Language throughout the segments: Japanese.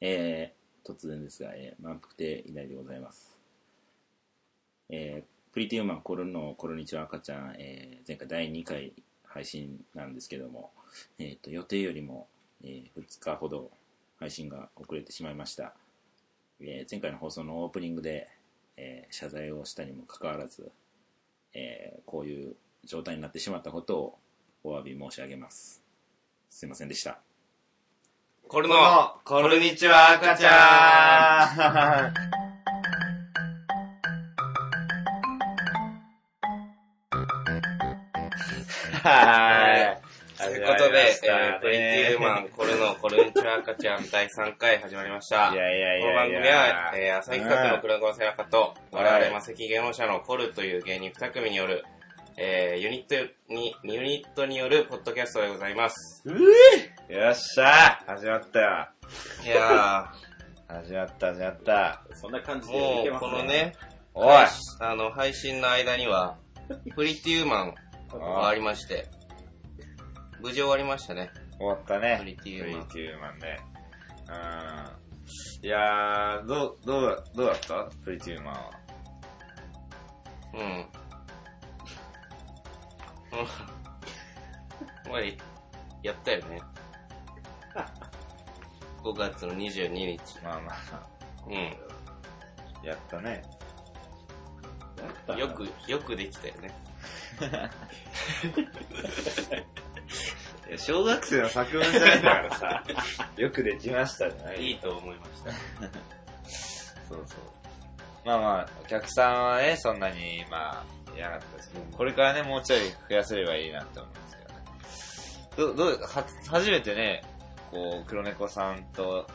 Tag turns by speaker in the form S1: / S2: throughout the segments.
S1: えー、突然ですが、えー、満腹亭以来でございます。えー、プリティウーマンコロのコロニチは赤ちゃん、えー、前回第2回配信なんですけども、えー、と予定よりも、えー、2日ほど配信が遅れてしまいました。えー、前回の放送のオープニングで、えー謝罪をしたにもかかわらず、えーこういう状態になってしまったことをお詫び申し上げます。すいませんでした。
S2: これ
S3: この、こんにちは、赤ちゃん。は
S2: と
S3: ーい。
S2: いうことで、えー、プリティウーマ
S3: ン。
S2: ン、これの、これにちは赤ちゃん、第3回始まりました。
S3: いやいやいやいや
S2: この番組は、えー、朝日企画の黒川背中と、
S3: うん
S2: 我々、マセキ芸能者のコルという芸人2組による、えー、ユニットに、ユニットによるポッドキャストでございます。
S3: よっしゃー始まったよ。
S2: いや
S3: 始まった、始まった。
S1: そんな感じ
S2: ー、
S1: でいけ
S2: もう、
S1: ます
S2: こ
S1: ね。
S2: のね、
S3: おい
S2: あの、配信の間には、プリティウーマンがありまして、無事終わりましたね、
S3: 終わった
S2: プ
S3: ね。
S2: リティウ
S3: プ
S2: ー
S3: リ
S2: マン。
S3: ティウーマンね。うん。いやー、どう、どうだ、どうだったプリティウーマンは。
S2: うん。うんお前、やったよね。5月の22日。
S3: まあまあ、
S2: う
S3: やったね。
S2: ん。よく、よくできたよね。
S3: いや小学生の作文じゃないんだからさ、よくできましたじゃない
S2: いいと思いました。
S3: そうそう。まあまあ、お客さんはね、そんなに、まあ、いなかったですけど、これからね、もうちょい増やせればいいなって思うんですけどね。ど、どう、は、初めてね、こう、黒猫さんと、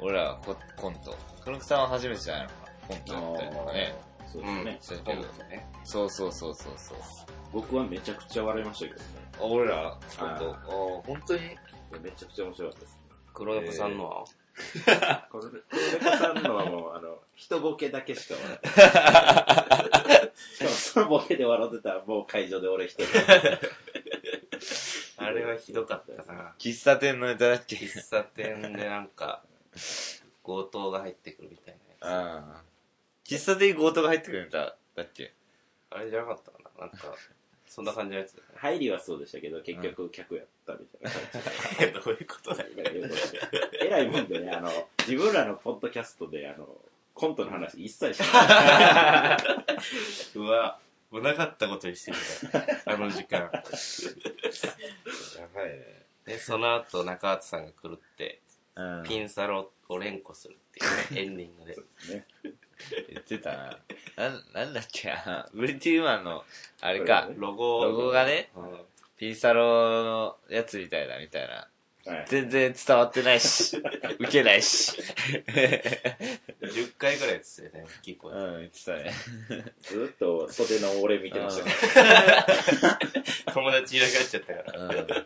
S3: 俺らココント。黒猫さんは初めてじゃないのかな。コントやったりとかね。
S1: あーそうですね。
S3: そうやっ
S2: と
S3: て
S2: いう
S3: る
S2: ことでね。
S3: そうそうそうそうそう。
S1: 僕はめちゃくちゃ笑いましたけどね。
S3: あ俺ら、コン
S1: あ
S3: ト
S1: ー。
S3: あー本当に
S1: いやめちゃくちゃ面白かったです。
S2: 黒猫さんのは、
S1: これ、これさんのはもう、あの、一ボケだけしか笑 ってない。しかもそのボケで笑ってたら、もう会場で俺一 人。
S2: あれはひどかったな。
S3: 喫茶店のネタだっけ
S2: 喫茶店でなんか、強盗が入ってくるみたいなやつ。
S3: ああ。喫茶店に強盗が入ってくるんだ、だっけ
S2: あれじゃなかったかななんか、そんな感じのやつだよ
S1: 入りはそうでしたけど、結局客やったみたいな感
S2: ね。どういうことだよ
S1: じで。えらいもんでね、あの、自分らのポッドキャストで、あの、コントの話一切しない。
S2: うわ、もうなかったことにしてみた。あの時間。
S3: やばいね。
S2: で、その後、中畑さんが狂って、
S3: うん。
S2: ピンサロを連呼するっていうね、エンディングで。
S1: ね、
S3: 言ってたな。なん、なんだっけな。ブリティウーマンの、あれか、
S2: ロゴを
S3: ロゴがね、
S2: うん
S3: ピンサロのやつみたいだ、みたいな。
S1: はい。
S3: 全然伝わってない し、ウケないし。
S2: 10回ぐらいですよね、大きい声で。
S3: うん、言ってたね。
S1: ずっと袖の俺見てましたから
S2: 友達いなくなっちゃったから、
S3: う。。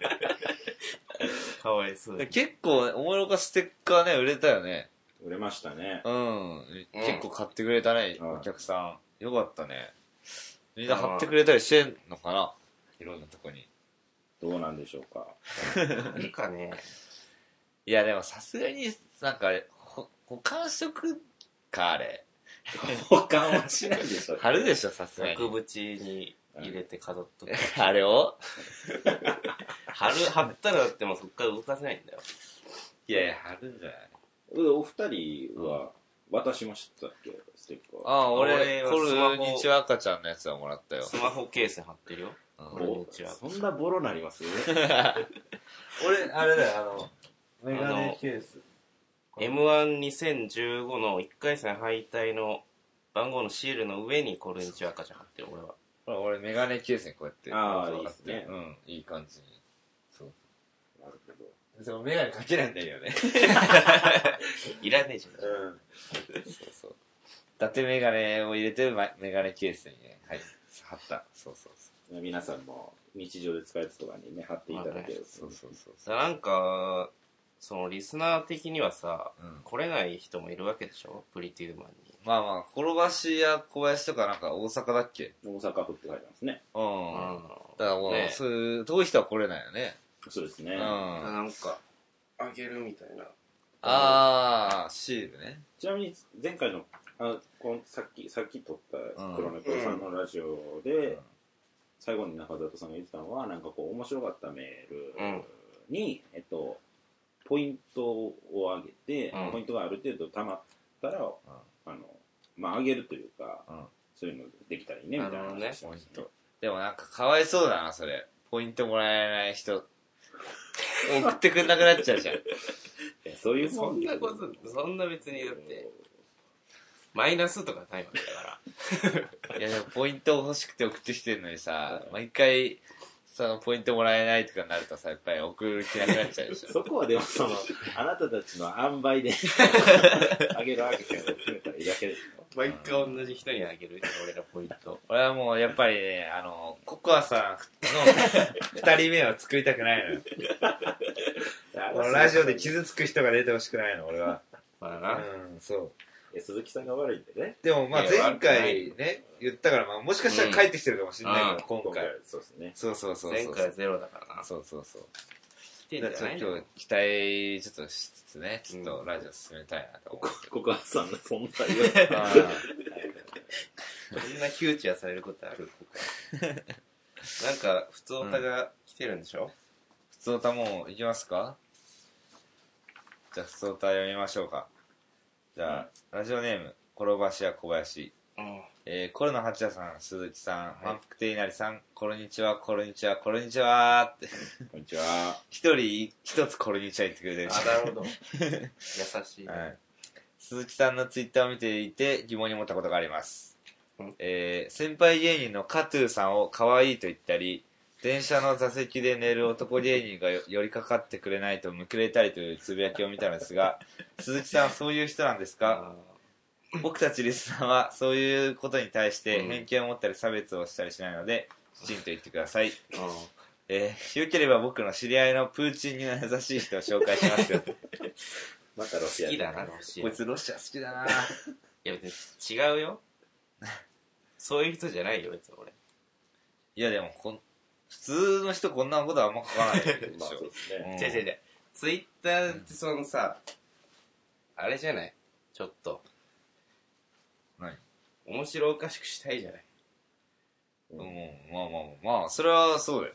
S2: かわいそうん
S3: 結構、おもろかステッカーね、売れたよね。
S1: 売れましたね。
S3: うん。結構買ってくれたね、
S1: うん
S3: お客さん。よかったね。みんな貼ってくれたりしてんのかないろんなとこに。
S1: どうなんでしょうか。
S2: なんかね、
S3: いや、でもさすがに、なんか、ほ、保管しとくか、あれ。
S1: 保管はしないでしょ。
S3: 貼るでしょ、さすがに。
S2: 額縁に入れて飾っとく。
S3: あれを
S2: 貼る、貼ったらだってもうそっから動かせないんだよ。
S3: いやいや、貼るんじゃない
S1: うんお二人は渡しましたっけ、ステッカー。
S3: ああ、
S2: 俺
S3: 俺、
S2: は
S3: コ
S2: スマホ
S3: ルニチは赤ちゃんのやつはもらったよ。
S2: スマホケースに貼ってるよ。
S3: うん
S2: こんにちは
S1: そんなボロなり ます
S3: 俺、あれだよ、あの、
S2: メガネ
S3: ケース。
S2: M12015 の1回戦敗退の番号のシールの上にコルニチワ赤ちゃん貼ってる、俺は。
S3: ほら、俺、メガネケースにこうやって。
S1: ああ
S3: こ
S1: い
S3: うやっ
S1: い
S3: て
S1: っす
S3: うん、いい感じに。そう。
S1: なるほ
S3: でも、メガネかけないんだけどね。
S2: いらねえじゃん。
S1: ど。うん。
S3: そう そう。伊達メガネを入れて、まメガネケースにね、はい、貼った。そうそうそ
S1: 皆さんも日常で使うやつとかにね、貼っていただける
S3: う。そうそうそう
S2: さなんか、そのリスナー的にはさ、
S3: うん
S2: 来れない人もいるわけでしょプリティウーマンに。
S3: まあまあ、転ばしや小林とかなんか大阪だっけ
S1: 大阪府って書いてますね。
S3: うん。だからもう、
S2: ね
S3: そういう、遠い人は来れないよね。
S1: そうですね。
S3: うん。
S2: なんか、あげるみたいな。
S3: ああ、シールね。
S1: ちなみに前回のあこのさっきさっき撮った黒猫さんのラジオで、
S3: うん
S1: 最後に中里さんが言ってたのはなんかこう面白かったメールに、えっと、ポイントを上げて、
S2: うん
S1: ポイントがある程度たまったら、あのまあ上げるというか、
S3: うん
S1: そういうのできたらいいねみたいな
S2: なるほどね
S1: 話をしてましたね
S3: でもなんかかわいそうだな、それ。ポイントもらえない人。送ってくんなくなっちゃうじゃん。
S1: いやそういう
S2: そ
S1: も
S2: ん
S1: だ
S2: な
S1: よ
S2: こと、そんな別にだって、マイナスとかないわけだから。
S3: いやでもポイント欲しくて送ってきてるのにさ、毎回、そのポイントもらえないとかになるとさ、やっぱり送る気なくなっちゃうでしょ。
S1: そこはでもそのあなたたちの塩梅で 上げる上げてを決めたらいいだけ ですよ
S2: 毎回同じ人にあげる、俺らポイント。
S3: 俺はもうやっぱりね、あの、ココアさんの二人目を作りたくないのよ。このラジオで傷つく人が出てほしくないの、俺は。
S2: まあな。
S3: うん、そう。
S1: いや鈴木さんが悪いんでね
S3: でもまあ
S2: いや
S3: 前回ね、言ったから、まあもしかしたら帰ってきてるかもしれないから、
S2: うん
S3: 今回。
S1: そうですね
S3: そうそうそうそう。
S2: 前回ゼロだからな。
S3: そうそうそう。
S2: 来てんじゃない
S3: ちょっと今日期待ちょっとしつつね、ちょっとラジオ進めたいなと思う。
S1: ココアさんの存在を
S3: あ
S2: そんな窮地はされることあるなんか、普通オタが来てるんでしょ、
S3: 普通歌もういきますかじゃあ普通歌読みましょうか。じゃあ、ラジオネーム、転ばし屋小林。
S2: うん、
S3: えー、コロナ八田さん、鈴木さん、満腹亭稲荷さん、こんにちは、こんにちは、こんにちはって、
S1: こんにちは
S3: 一人一つこんにちは言ってくれてるし
S2: あ、なるほど。優しい。
S3: はい、鈴木さんのツイッターを見ていて疑問に思ったことがあります
S2: うん、
S3: えー先輩芸人のカトゥーさんを可愛いと言ったり電車の座席で寝る男芸人がよ 寄りかかってくれないとむくれたりというつぶやきを見たのです が鈴木さんはそういう人なんですか
S2: あ
S3: 僕たちリスナーはそういうことに対して偏見を持ったり差別をしたりしないので、きちんと言ってください
S2: ーうん
S3: えー、よければ僕の知り合いのプーチンには優しい人を紹介しますよこ
S1: またロシア
S2: 好き
S1: 人
S2: だな、ロシア。い
S3: いつロシア好きだな
S2: や、別に違うよ。そういう人じゃないよ、別に俺。
S3: いやでもこん、普通の人こんなこと あんま書かないで
S1: まあ
S3: し
S1: そう
S3: ょ。
S1: ですね
S2: 違う違う違う。ツイッターってそのさ、あれじゃないちょっと。
S3: 何
S2: 面白おかしくしたいじゃない。
S3: うん、まあまあまあ、まあ、それはそうだよ。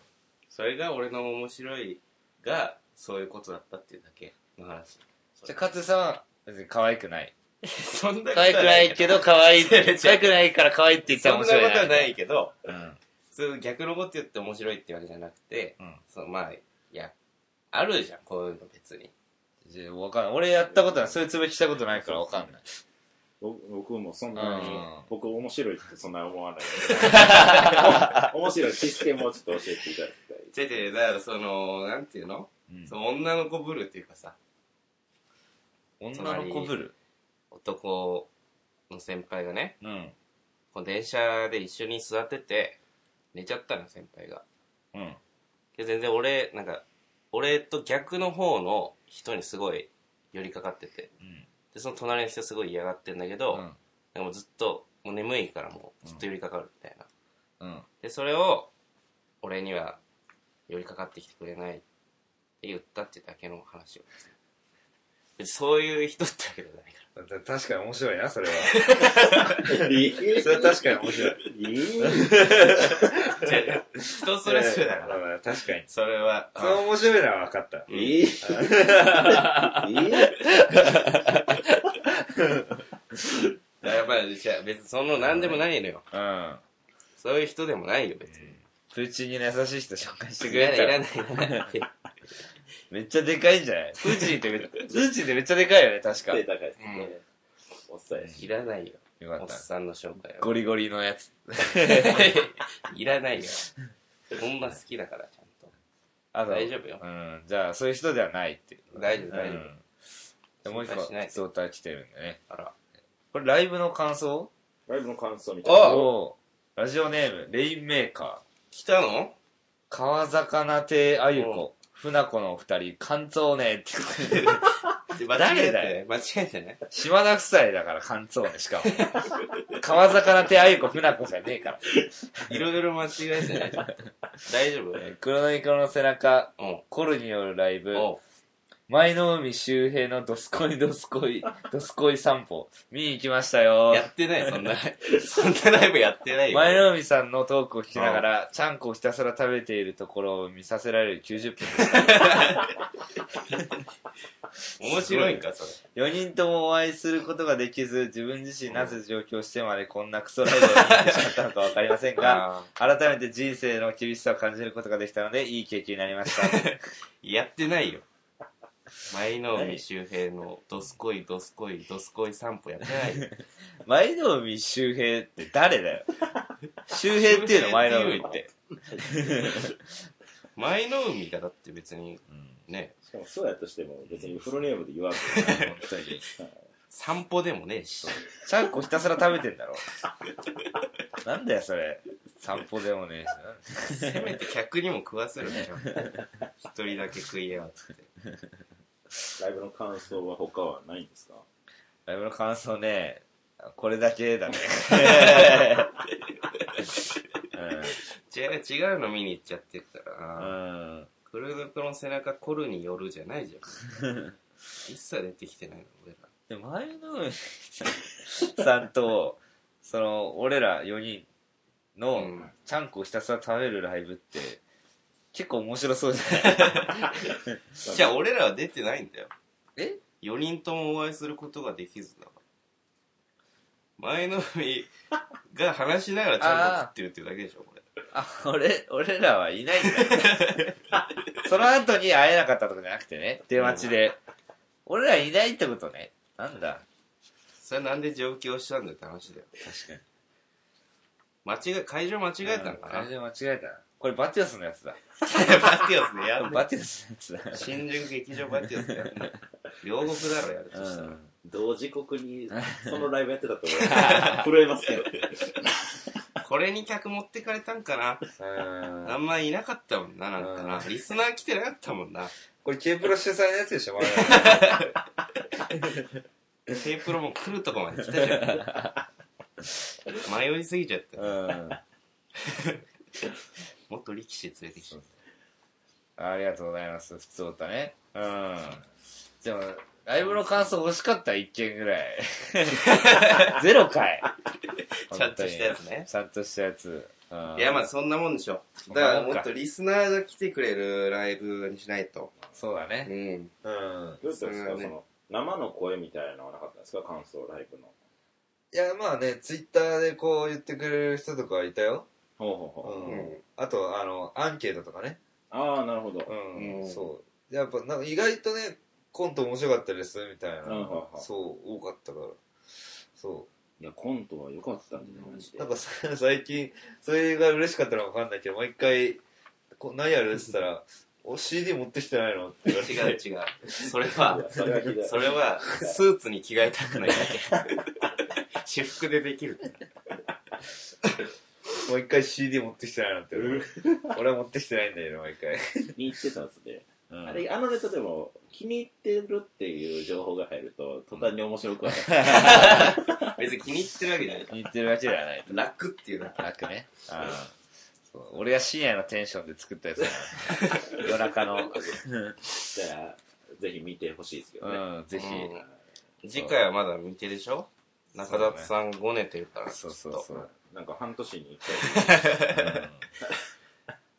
S2: それが俺の面白いが、そういうことだったっていうだけの話。
S3: じゃあ、勝さんは別に可愛くない。
S2: そんな
S3: 可愛くないけど、可愛 い。可
S2: 違う
S3: 愛くないから可愛いって言った
S2: そ
S3: ら
S2: ん
S3: 面
S2: な
S3: 白い
S2: ことはないけど、
S3: うん。
S2: そう逆のこと言って面白いってわけじゃなくて、
S3: うん
S2: そのまあ、いや、あるじゃん、こういうの別に。
S3: じゃあ、わかんない。俺やったことない。そういうつぶやきしたことないからわかんない。
S1: 僕僕もそんなに
S3: うん
S1: 僕面白いってそんな思わないの で面白いシステムをちょっと教えていただきたい
S2: 違う違う、だからその、なんていうの、
S3: うん
S2: その女の子ブルーっていうかさ、
S3: 女の子ぶる。
S2: 男の先輩がね、
S3: うん。
S2: こう電車で一緒に座ってて、寝ちゃったの、先輩が。
S3: うん。
S2: で全然俺、なんか、俺と逆の方の人にすごい寄りかかってて、
S3: うん。
S2: で、その隣の人すごい嫌がってんだけど、
S3: うん
S2: でもずっと、もう眠いからもうずっと寄りかかるみたいな。
S3: うん。
S2: で、それを、俺には寄りかかってきてくれないって言ったってだけの話を。別にそういう人ってわけじゃないか
S3: だ確かに面白いな、そ れは。
S1: いい
S3: それは確かに面白い。
S1: いい
S2: ら。違う違う人それぞれだから。
S3: ら。確かに。
S2: それは。
S3: その面白いのは分かった。
S1: いいいい
S2: うんやっぱり、じゃあ別にその何でもないのよ。
S3: うん。
S2: そういう人でもないよ、別に。
S3: プーチンに優しい人紹介してく
S2: いら
S3: れ
S2: ない、い
S3: たら
S2: らない、いらない。
S3: めっちゃでかいんじゃないプーチンってめ、プーチンってめっちゃでかいよね、確か。
S1: 手
S3: よ
S1: 高いですねおっさんやし
S2: いらないよ。
S3: か
S2: おっ
S3: っ。
S2: たさんの紹介は。
S3: ゴリゴリのやつ。
S2: いらないよ。ほんま好きだから、ちゃんと。
S3: あと
S2: 大丈夫よ
S3: うん。じゃあ、そういう人ではないっていう。
S2: 大丈夫大丈夫
S3: うんでもう一
S2: 心配しない
S3: 個、ツオタ来てるんでね。
S2: あら。
S3: これライブの感想
S1: ライブの感想みたいな
S3: を、ラジオネーム、レインメーカー、
S2: 来たの
S3: 川魚亭あゆこ、船子のお二人、関東ねって言 ってる。誰だよ
S2: 間違えてね。
S3: 島田夫妻だから関東ね、しかも。川魚亭あゆこ、船子じゃねえから。
S2: いろいろ間違えてね。大丈夫
S3: えー黒のイカの背中、
S2: うん。
S3: コルによるライブ、
S2: おう
S3: 前の海周平のどすこいどす こい、どすこい散歩、見に行きましたよ。
S2: やってない、そんな、そんなライブやってないよ。
S3: 前の海さんのトークを聞きながら、ちゃんこをひたすら食べているところを見させられる90分。
S2: 面白いんか、それ。
S3: 4人ともお会いすることができず、自分自身なぜ上京してまでこんなクソライブを見てしまったのかわかりませ んが、
S2: あ
S3: 改めて人生の厳しさを感じることができたので、いい経験になりました。
S2: ーやってないよ。前の海周平のどすこいどすこいどすこい散歩やってないよ。
S3: 前の海周平って誰だよ。周平っていうの前の海って。
S2: 前の海がだって別にね、
S1: しかもそうやとしても別にフルネームで言わん とない本当に
S2: 散歩でもねえし。
S3: ちゃんこひたすら食べてんだろ。なんだよ、それ。散歩でもねえしな。
S2: せめて客にも食わせるじゃん。一人だけ食いやがって。
S1: ライブの感想は他はないんですか
S3: ライブの感想ね、これだけだね。
S2: 違う、違うの見に行っちゃってるから
S3: う
S2: な。
S3: ん。うん。
S2: 黒猫の背中凝るによるじゃないじゃん。 一切出てきてないの、俺ら。
S3: で、前の海さんと、その、俺ら4人の
S2: うん、
S3: ちゃんこをひたすら食べるライブって、結構面白そうじゃない
S2: じゃあ俺らは出てないんだよ。
S3: え
S2: 4人ともお会いすることができずだから。前の海が話しながらちゃんと食ってるっていうだけでしょ、これ。
S3: あ、俺、俺らはいないんだよ。 その後に会えなかったとかじゃなくてね、出待ちで。俺らいないってことね。なんだ。
S2: それなんで上京したんだよって話だよ。
S3: 確かに。
S2: 間違え、会場間違えたのかな
S3: 完全に間違えたな。これバティオスのやつだ。
S2: バティオスで やんね
S3: バティオスのやつだ。
S2: 新宿劇場バティオスでやん ね両国だろ、やるとしたら。
S1: 同時刻にそのライブやってたと思 う震えますけど
S2: これに客持ってかれたんかな
S3: うん
S2: あんまいなかったもんな、なんかな。リスナー来てなかったもんな。
S3: これ K プロ主催のやつでしょ、我々
S2: K プロも来るとこまで来たじゃん。 迷いすぎちゃった。
S3: うん。
S2: もっと力士連れてきて。
S3: ありがとうございます。普通歌ね。うん。でも、ライブの感想欲しかった、一件ぐら い。ゼロかい。
S2: ちゃんとしたやつね
S3: ちゃんとしたやつ。うん
S2: いや、まあそんなもんでしょ。だからもっとリスナーが来てくれるライブにしないと。
S3: そうだ
S2: う
S3: ね。
S2: ん。
S3: うん。
S1: どうですか、
S2: そうね
S1: その生の声みたいなのはなかったんですか感想ライブの
S3: いや、まあね、ツイッターでこう言ってくれる人とかはいたよ。
S1: ほうほうほう、
S2: ん
S3: あと、あの、アンケートとかね。
S1: ああなるほど、
S3: うん、
S2: うん
S3: そう。やっぱ、なんか意外とね、コント面白かったです、みたい
S1: う
S3: な。
S1: んうんうん
S3: そう、多かったから。そ
S1: いやコントは良かったんでマジ
S3: う。
S1: で
S3: なんかさ最近、それが嬉しかったのかわかんないけど、毎回、こう何やるって言ったら、お CD 持ってきてないのって言われて。
S2: 違う違う。それは、
S1: それはひどい
S2: それは、スーツに着替えたくないだけ。私服でできる。
S3: もう一回 CD 持ってきてないのって言われ て。俺は持ってきてないんだけど、毎回。
S1: に行ってたやつで、
S3: うん
S1: あれあのネタでも気に入ってるっていう情報が入ると途端に面白くはない、
S2: 別に気に入ってるわけじゃない。
S3: 言ってるわけではない。
S2: 楽っていうだ
S3: 楽ね。あそう俺が深夜のテンションで作ったやつだな 夜中の。
S1: だからぜひ見てほしいですけどね、
S3: うん、ぜひ。
S2: うんけ。次回はまだ見てでしょ中田さんごねてるから。
S3: そうそう
S2: きっと
S3: そう。
S1: なんか半年に一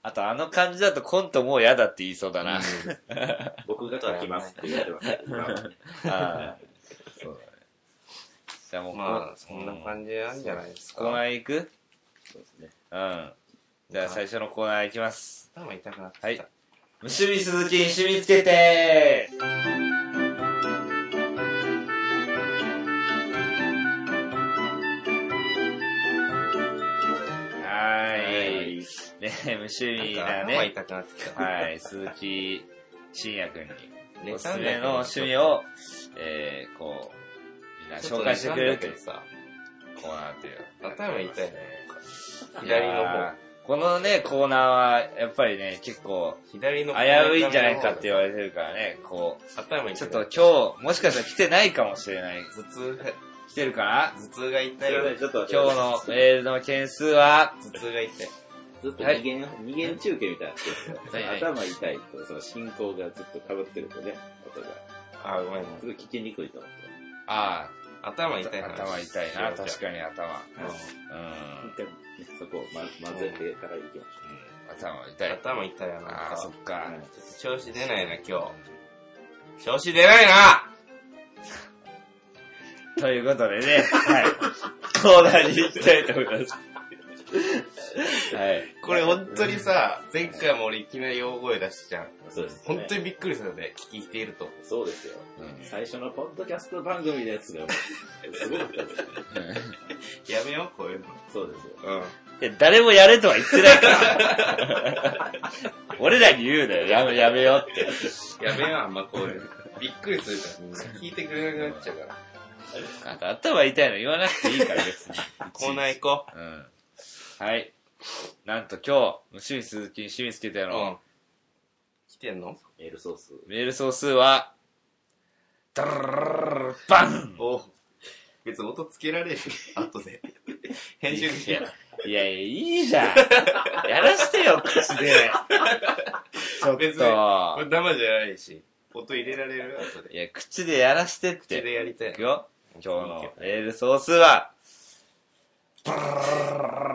S3: あと、あの感じだとコントもう嫌だって言いそうだな。
S1: 回僕が書きますって言われてますけど今はね
S3: ああそうだね。じゃあもうこ、
S2: まあ、そんな感じなんじゃないです
S3: じコーナ
S2: か。
S3: ー行くうん。
S1: そうですね
S3: じゃあ最初のコーナー行きます。
S2: 頭痛くなってきた。
S3: はい。虫見鈴木、趣味つけてはーい。ね、無趣味
S2: なんか頭
S3: なね。
S2: 痛くなってきた。
S3: はい、鈴木信也くんに、
S2: ね
S3: おすすめの趣味を、えー、こう、みんな紹介してくれるという
S2: さ、
S3: コーナーという。
S2: 頭痛いね。
S3: いやー
S2: 左の方。
S3: このね、コーナーは、やっぱりね、結構、
S2: 左の
S3: 危ういんじゃないかって言われてるからね、こう、
S2: 頭痛い。
S3: ちょっと今日、もしかしたら来てないかもしれない。
S2: 頭痛が、
S3: 来てるかな
S2: 頭痛が
S1: す
S2: 痛い
S1: い
S2: よ
S1: ませんちょっと
S3: 今日のメールの件数は、
S2: 頭痛が痛い。
S1: ずっと二元、二元中継みたいなってるんです
S2: はい
S1: よ。
S2: はい
S1: 頭痛いと、その進行がずっと被ってるとね、音が。
S2: あー、ごめんごめん
S1: すごい聞きにくいと思って。
S3: あ
S2: 頭
S3: あ、
S2: 痛い話
S3: 頭痛いな、確
S2: に。
S3: かに頭。
S2: うん
S3: うん
S1: 一。回ね、そこをま混ぜてから行きまし
S3: 頭痛い。
S2: 頭痛いよな。
S3: ああ、そっ
S1: ょう。は
S3: か
S1: い。。
S2: 調子出ないな、今日。調子出ないな
S3: ということでね、はい。コーナーに行きたいと思います。はい。
S2: これ本当にさ、前回も俺いきなり大声出したじゃん。
S1: そうです、ね。
S2: 本当にびっくりするんだよ、聞いていると。
S1: そうですよ。最初のポッドキャスト番組のやつが、もうすごかったですよ。
S2: やめよう、こういうの。
S1: そうですよ。
S2: うん。
S3: いや誰もやれとは言ってない から。俺らに言うなよ、やめ、やめようって。
S2: やめよう、あんまこういうの。びっくりするじゃん。聞いてくれなくなっちゃうから。
S3: なんか頭痛いの言わなくていいから別に。
S2: コーナー行こ
S3: うん。はい。なんと今日、清水鈴木に清水て
S2: う。
S3: の、
S2: ん。来てんの
S1: メールソース。
S3: メール総数は、ダルルルルルバン
S2: お別に音つけられる後で。編集
S3: い
S2: で
S3: や、いや、いいじゃん。やらしてよ、口で。ちょっ
S2: 別にこ
S3: と。
S2: れ生じゃないし、音入れられる後で。
S3: いや、口でやらしてっ
S2: 口で
S3: て。
S2: やりた
S3: い
S2: い
S3: く。よ。今日
S2: いい
S3: の
S2: よ
S3: メール総数は、ダルルルルルルルバン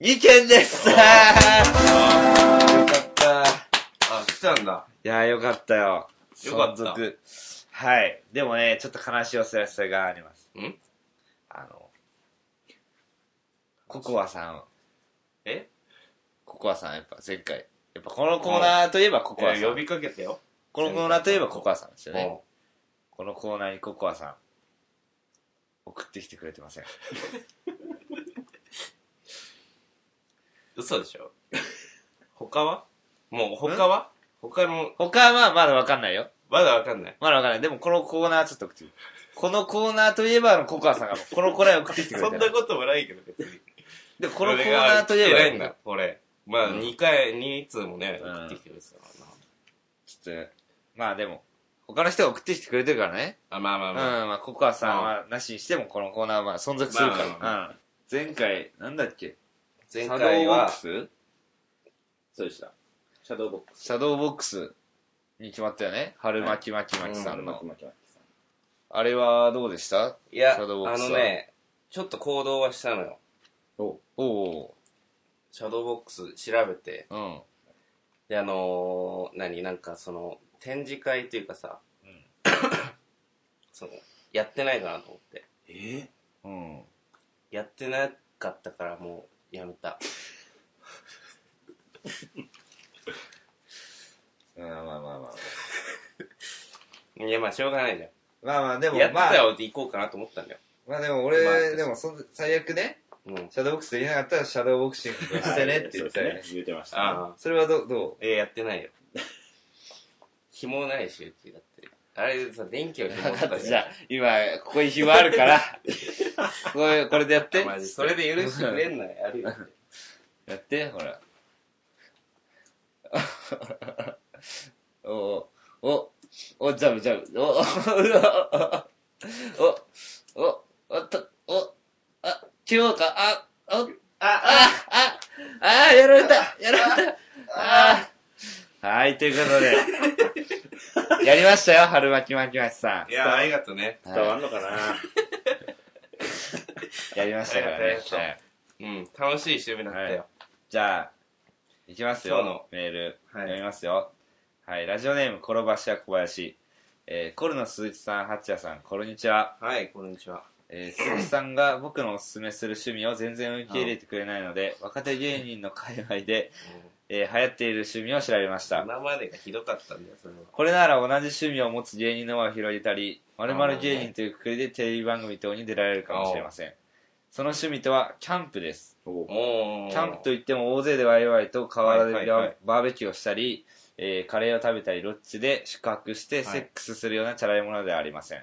S3: !2 件です
S2: あ
S3: よかった。
S2: あ、来たんだ。
S3: いやーよかったよ。
S2: よかった
S3: 存続。はい。でもね、ちょっと悲しいお知らせがあります。
S2: ん
S3: あの、ココアさん、
S2: え
S3: ココアさんやっぱ前回、やっぱこのコーナーといえばコ
S2: い
S3: コア
S2: や
S3: さ
S2: 呼
S3: ん。
S2: びかけてよ。
S3: このコーナーといえばココアさんですよね。
S2: も
S3: このコーナーにココアさん、送ってきてくれてません。
S2: う嘘でし ょ他はもう他は他の、
S3: 他はまあまだわかんないよ。
S2: まだわかんない。
S3: まだわかんない。でもこのコーナーちょっと送ってくるこのコーナーといえばあのココアさんがこのコーナーに送ってきてくれ
S2: そ
S3: て
S2: ん
S3: る
S2: なこともないけど別に。
S3: で、このコーナーとい
S2: 俺が
S3: えば
S2: 来てないんだ、これ。まあ、2回、2通もね、
S3: うん
S2: 送ってきてくれてたからな。
S3: ちょっと、まあでも、他の人が送ってきてくれてるからね。
S2: あ、まあまあ
S3: うん、
S2: まあ。
S3: まあココアさんはなしにしてもこのコーナーはまあ存続するから。
S2: まあま
S3: うん前回、なんだっけ
S2: 前回は、
S3: シャドーボック
S1: そうでした。シャドーボック
S3: スシャドーボックスに決まったよね。春巻き巻き巻き
S1: ス。
S3: さ
S1: あの、
S3: んの。
S1: 巻き巻き巻きさん。
S3: あれはどうでした
S2: いや、
S3: シ
S2: あ
S3: ャドーボックスは
S2: のね、ちょっと行動はしたのよ。
S1: お
S3: おお
S2: シャドーボックス調べて。
S3: ーうん。
S2: で、あのー、何なんかその、展示会というかさ、 その、やってないかなと思って。
S1: え
S3: うん。
S2: やってなかったからもう、やめた。
S3: まあまあまあまあ。
S2: いや、まあ、しょうがないじゃん。
S3: まあまあ、でも
S2: やって
S3: ま
S2: たら
S3: あ、
S2: 俺行こうかなと思ったんだよ。
S3: まあでも
S2: まあ
S3: 俺、でもそん最悪ね、
S2: うん。
S3: シャドーボックスできなかったらシャドーボクシングしてねって言ったよ
S1: はい
S3: ね。
S1: そうですね言ってました。
S2: ああ。
S3: それはどう、ど
S2: え、やってないよ。紐ないし、うちだって。あれさ、電気を紐とか
S3: うじゃあ、今、ここに暇あ るから、これ、これでやって。
S2: マジ、それで許してくれんのやるよって。
S3: やって、ほら。 おお、お、お、ジャブジャブ、お、お、お、お、っと、お、あ、中央か、あ、お、あ、あ、あ、あ、やられた、やられた、あーはい、ということで、やりましたよ、春巻き巻き巻きさん
S2: い。や、ありがとうね。
S1: 伝わんのかな
S3: やりましたからね。
S2: ありがうん、楽しい趣味だったよ。
S3: じゃあ、いきますよ。
S2: 今日の
S3: メール、
S2: はい
S3: 読みますよ。はい、ラジオネーム、転ばしや小林。えー、コルの鈴木さん、八谷さん、こんにちは。
S2: はい、こんにちは。
S3: えー、鈴木さんが僕のおすすめする趣味を全然受け入れてくれないので、若手芸人の界隈で、えー流行っている趣味を調べました。
S2: 今までがひどかったんだよ、それは。
S3: これなら同じ趣味を持つ芸人の輪を広げたり、〇〇芸人というくくりでテレビ番組等に出られるかもしれません。その趣味とは、キャンプです。
S1: おう
S2: おー。
S3: キャンプといっても大勢でワイワイと河原で
S2: はいはいはい
S3: バーベキューをしたり、えーカレーを食べたりロッジで宿泊し
S2: は
S3: て
S2: い
S3: セックスするようなチャラいものではありません、
S2: ん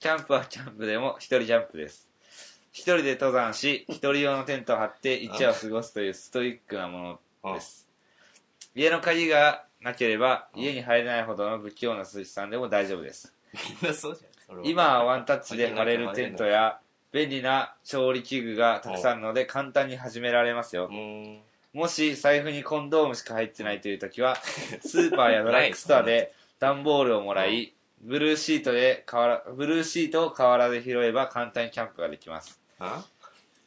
S3: キャンプはキャンプでも一人キャンプです一人で登山し一人用のテントを張って一夜を過ごすというストイックなものです家の鍵がなければ家に入れないほどの不器用な鈴木さんでも大丈夫です
S2: みんなそうじゃん。それは
S3: 今はワンタッチで張れるテントや便利な調理器具がたくさんあるので簡単に始められますよ
S2: う。ーん。
S3: もし財布にコンドームしか入ってないという時は、 スーパーやドラッグストアで段ボールをもらい、ブルーシートで河原、ブルーシートを河原で拾えば簡単にキャンプができます。
S2: あ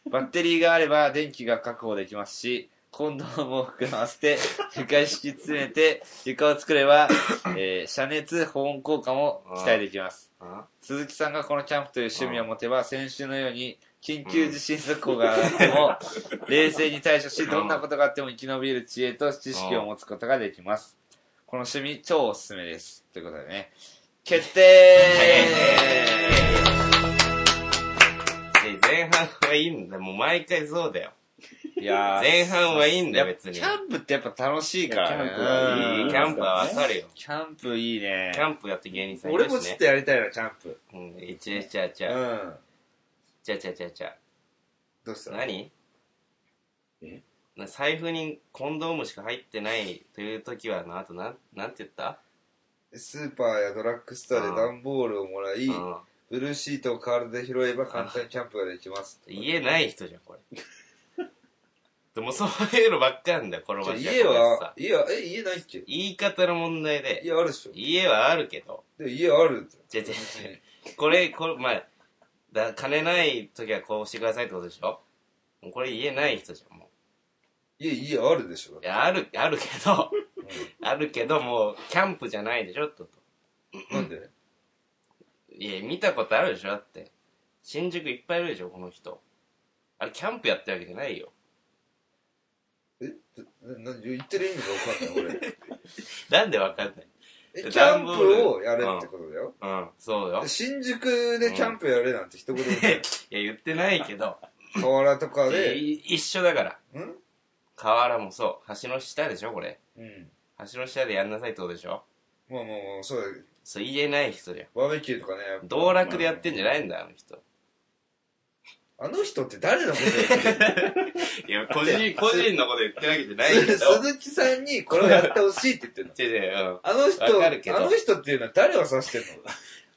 S3: バッテリーがあれば電気が確保できますし、コンドームを膨らませて、 床に敷き詰めて、床を作れば、えー遮熱保温効果も期待できます。
S2: あ
S3: 鈴木さんがこのキャンプという趣味を持てば、先週のように、緊急地震速報があっても、 冷静に対処し、どんなことがあっても生き延びる知恵と知識を持つことができます。この趣味、超おすすめです。ということでね。決定
S2: で前半はいいんだ。もう毎回そうだよ。
S3: いやー
S2: 前半はいいんだよ、別に。
S3: キ
S2: キ
S3: ャンプってやっぱ楽しいからね。
S1: キャンプはいい
S3: うん
S1: プ
S2: ャンプはわかるよ。
S3: キャンプいいね。
S2: キャンプやって芸人さんい
S3: 俺
S2: るしね。
S3: もちょっとやりたいな、キャンプ。
S2: うん、いちゃいちゃいち
S3: う
S2: ゃ。
S3: ん。
S2: ちゃちゃちゃちゃ。
S3: どうした
S2: 何
S1: え
S2: な財布にコンドームしか入ってないという時は、なあとなん、なんて言った
S3: スーパーやドラッグストアで段ボールをもらい、
S2: うん。
S3: ブルーシートをカールで拾えば簡単にキャンプができます。
S2: 家ない人じゃん、これ。 でもそういうのばっかなんだよ、この
S3: じゃあ
S2: 場所
S3: 家は、家は、え、家ないっけ
S2: 言い方の問題で。
S3: 家あるでしょ
S2: 家はあるけど。
S3: でも家 あるんだよ
S2: 違う違う違うこれ、これ、まあ、だ金ない時はこうしてくださいってことでしょもうこれ家ない人じゃん、も
S3: 家、家あるでしょ
S2: う。いや、ある、あるけど、あるけど、もう、キャンプじゃないでしょ、と。
S3: なんで
S2: いや、見たことあるでしょだって。新宿いっぱいいるでしょこの人。あれ、キャンプやってるわけじゃないよ。
S3: えな、な、言ってる意味がわかんない、 俺。
S2: なんでわかんない
S3: え、キャ
S2: 段
S3: ン
S2: ボール
S3: プをやれってことだよ。
S2: うん、そうよ
S3: で。新宿でキャンプやれなんて一言も言ってない
S2: いや、言ってないけど。
S3: 河原と か
S2: い
S3: で、
S2: 一緒だから。
S3: うん
S2: 河原もそう。橋の下でしょこれ。
S3: うん。
S2: 橋の下でやんなさいってことでしょ
S3: まあまあまあ、そうだよ
S2: そう、言えない人じゃん。
S3: バーベキューとかね。やっぱ
S2: 道楽でやってんじゃないんだ、あの人。
S3: あの人って誰のこと言ってる
S2: いや、個人、個人のこと言ってるわけじゃ ないけ ど。
S3: 鈴木さんにこれをやってほしいって言ってるの。
S2: 違う違う、
S3: あの人、
S2: わかるけど
S3: あの人っていうのは誰を指してるの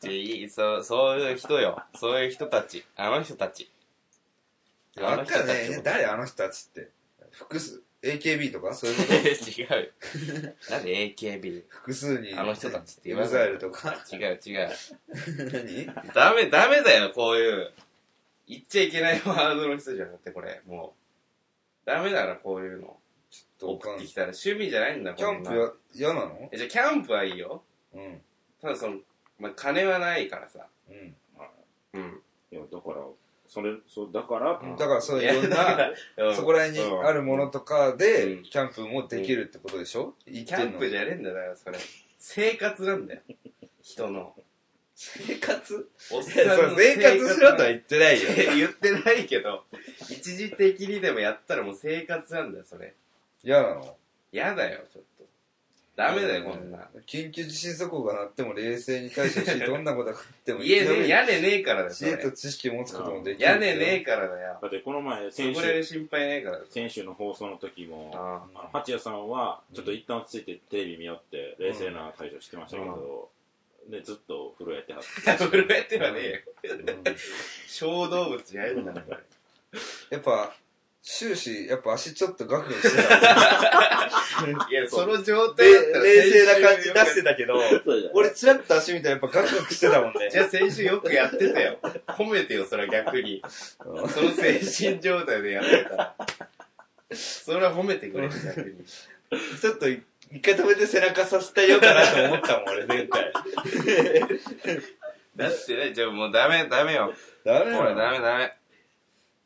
S2: うん。違ういい、そう、そういう人よ。そういう人たち。あの人たち。あの
S3: わ
S2: 人たち
S3: かんないね。誰あの人たちって。複数、AKB とかそうい うこと
S2: 違うよ。なんで AKB?
S3: 複数に。
S2: あの人たちって言
S3: エグ
S2: わない
S3: ザイルとか。
S2: 違う違う。
S3: 何
S2: ダメ、ダメだよ、こういう。言っちゃいけないワードの人じゃなくて、これ。もう。ダメだな、こういうの。送ってきたら。趣味じゃないんだ、
S3: キャン
S2: こ
S3: プ
S2: んな
S3: や嫌なの
S2: えじゃあ、キャンプはいいよ。
S3: うん。
S2: ただ、その、まあ、金はないからさ。
S3: うん。
S2: うん。
S1: いや、だから、それ、そう、だから、
S2: うん
S3: だからそういろん
S2: いやだか
S3: な、
S2: うん
S3: そこら辺にあるものとか
S2: う
S3: で
S2: ん、
S3: キャンプもできるってことでしょ言っ
S2: キ
S3: てん
S2: ャン
S3: の
S2: プじゃねえんだよ、だから、それ。生活なんだよ。人の。
S3: 生活
S2: おっ
S3: いやそれ生活しろと
S2: 言
S3: は言ってないよ。
S2: って 言ってないけど、一時的にでもやったらもう生活なんだよ、それ。
S3: 嫌なの
S2: やだよ、ちょっと。ダメだよ、こんな。
S3: 緊急地震速報が鳴っても冷静に対処し、どんなことがあっても
S2: 家
S3: 生き延
S2: ね、
S3: びる
S2: 屋根ねえからだよ、そ
S3: 知恵と
S2: れ。
S3: 知識を持つこともできる。
S2: 屋根ねえからだよ。
S1: だってこの前、
S2: そ
S1: 先
S2: こら
S1: 週
S2: で、心配ねえからだよ。
S1: 先週の放送の時も、
S2: あ
S1: あの八谷さんは、ちょっと一旦落ち着いてテレビ見よって、冷静な対処してましたけど、で、ずっと風呂やってはっ
S2: あ。震えてはねえよ。
S3: うん
S2: 小動物じゃないんだから。
S3: やっぱ、終始、やっぱ足ちょっとガクガクしてた。
S2: いや、その状態だったら。
S3: 冷静な感じ出してたけど、
S1: て。
S3: 俺、チラッと足見たらやっぱガクガクしてたもんね。
S2: じゃあ先週よくやってたよ。褒めてよ、それは逆に。
S3: うん
S2: その精神状態でやってたら。それは褒めてくれる、逆に。
S3: ちょっと一回止めて背中させてあげようかなと思ったもん、俺、前回。
S2: だってね、じゃあもうダメ、ダメよ。
S3: ダ
S2: ほ
S3: メ
S2: ら、
S3: だ
S2: ダメ、ダメ。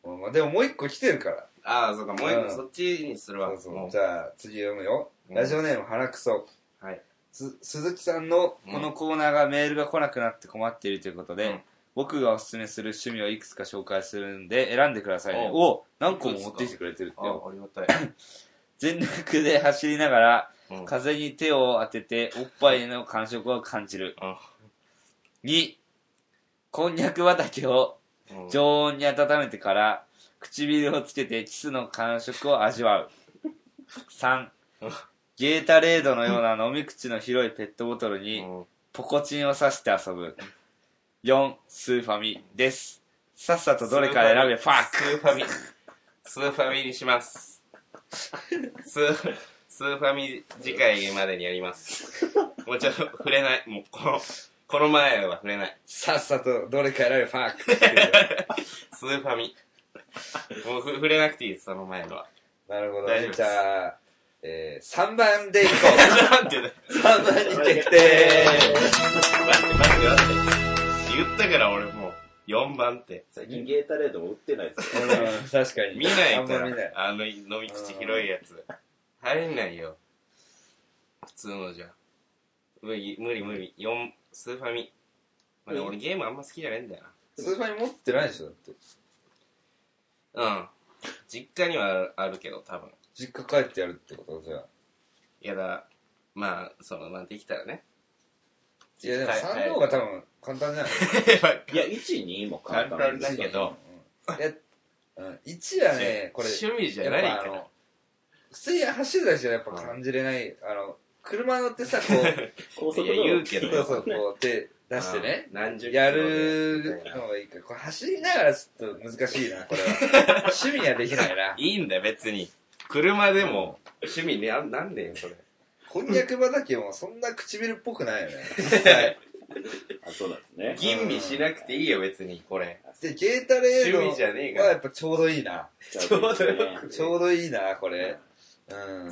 S3: な。まあ、でももう一個来てるから。
S2: ああ、そうか、もう一
S3: うん
S2: 個そっちにするわ。
S3: そうそ
S2: も
S3: う。じゃあ、次読むよ。
S2: うん
S3: ラジオネーム、腹くそ。
S2: はい。
S3: す鈴木さんのこのコーナーがメールが来なくなって困っているということで、
S2: うん
S3: 僕がおすすめする趣味をいくつか紹介するんで選んでくださいね。
S2: お
S3: お何個も持ってきてくれてるって
S2: あ
S3: よ。
S2: あ、ありがたい。
S3: 全力で走りながら、
S2: うん
S3: 風に手を当てて、おっぱいの感触を感じる。
S2: あ
S3: 2、こんにゃく畑を
S2: うん
S3: 常温に温めてから、唇をつけてキスの感触を味わう。3、ゲータレードのような飲み口の広いペットボトルに、
S2: うん
S3: ポコチンを刺して遊ぶ。4、スーファミです。さっさとどれか選べ、ファック
S2: スーファミ、スーファミにします。スー、スーファミ次回までにやります。もうちょっと触れない。もうこの、この前は触れない。
S3: さっさとどれか選べ、ファック
S2: スーファミ。もうふ触れなくていいです、その前のは。
S3: なるほど
S2: 大丈夫。です
S3: じゃあ、えー、3番でいこ
S2: なんて言うんだよ
S3: う。3番に
S2: 待っ
S3: 決定
S2: て待って待って。言ったから俺もう、4番って。
S1: 最近ゲータレードも売ってないですよ。
S3: うん確かに。
S2: 見な
S3: あ
S2: い
S3: ん
S2: か
S3: ま
S2: ら
S3: 見ない。、
S2: あの飲み口広いやつ。入んないよ。普通のじゃ。無理、無理、無理。四スーファミ。まあ、でも俺ゲームあんま好きじゃねえんだよ
S3: スーパーに持ってないでしょ、だって。
S2: な。うん。実家にはあるあるけど、多分。
S3: 実家帰ってやるってことじゃあ。
S2: いやだ、まあ、その、まあ、できたらね。
S3: いや、でも
S2: はい
S3: 3の方が多分簡単じゃない
S1: い や、1、2も簡単です
S2: 簡単だけど
S3: いや、うん、1はね、これ、
S2: 趣味じゃ
S3: や
S2: な
S3: っ
S2: い
S3: ぱあ
S2: から
S3: の。、普通に走るだけじゃやっぱ感じれない、あの、車乗ってさ、こう、
S1: 高速
S2: い
S1: 道路
S2: や、言 うけど。
S3: そうそう、こう手出してね
S2: うん。何十キロで
S3: やるのがいいけど、これ走りながらちょっと難しいな、これは。 趣味にはできないな。
S2: いいんだよ、別に。車でも、趣味にあんなんねえよ、それ。
S3: こんにゃく畑もそんな唇っぽくないよね。
S1: あ、そうなんですね。
S2: 吟味しなくていいよ、別に、これ。
S3: で、ゲータレード
S2: 趣味じ
S3: は
S2: ゃねえか
S3: や
S2: ら。
S3: っぱちょうどいいな。
S1: ちょうどよく
S3: ちょうどいいな、これ。うん。
S2: もう、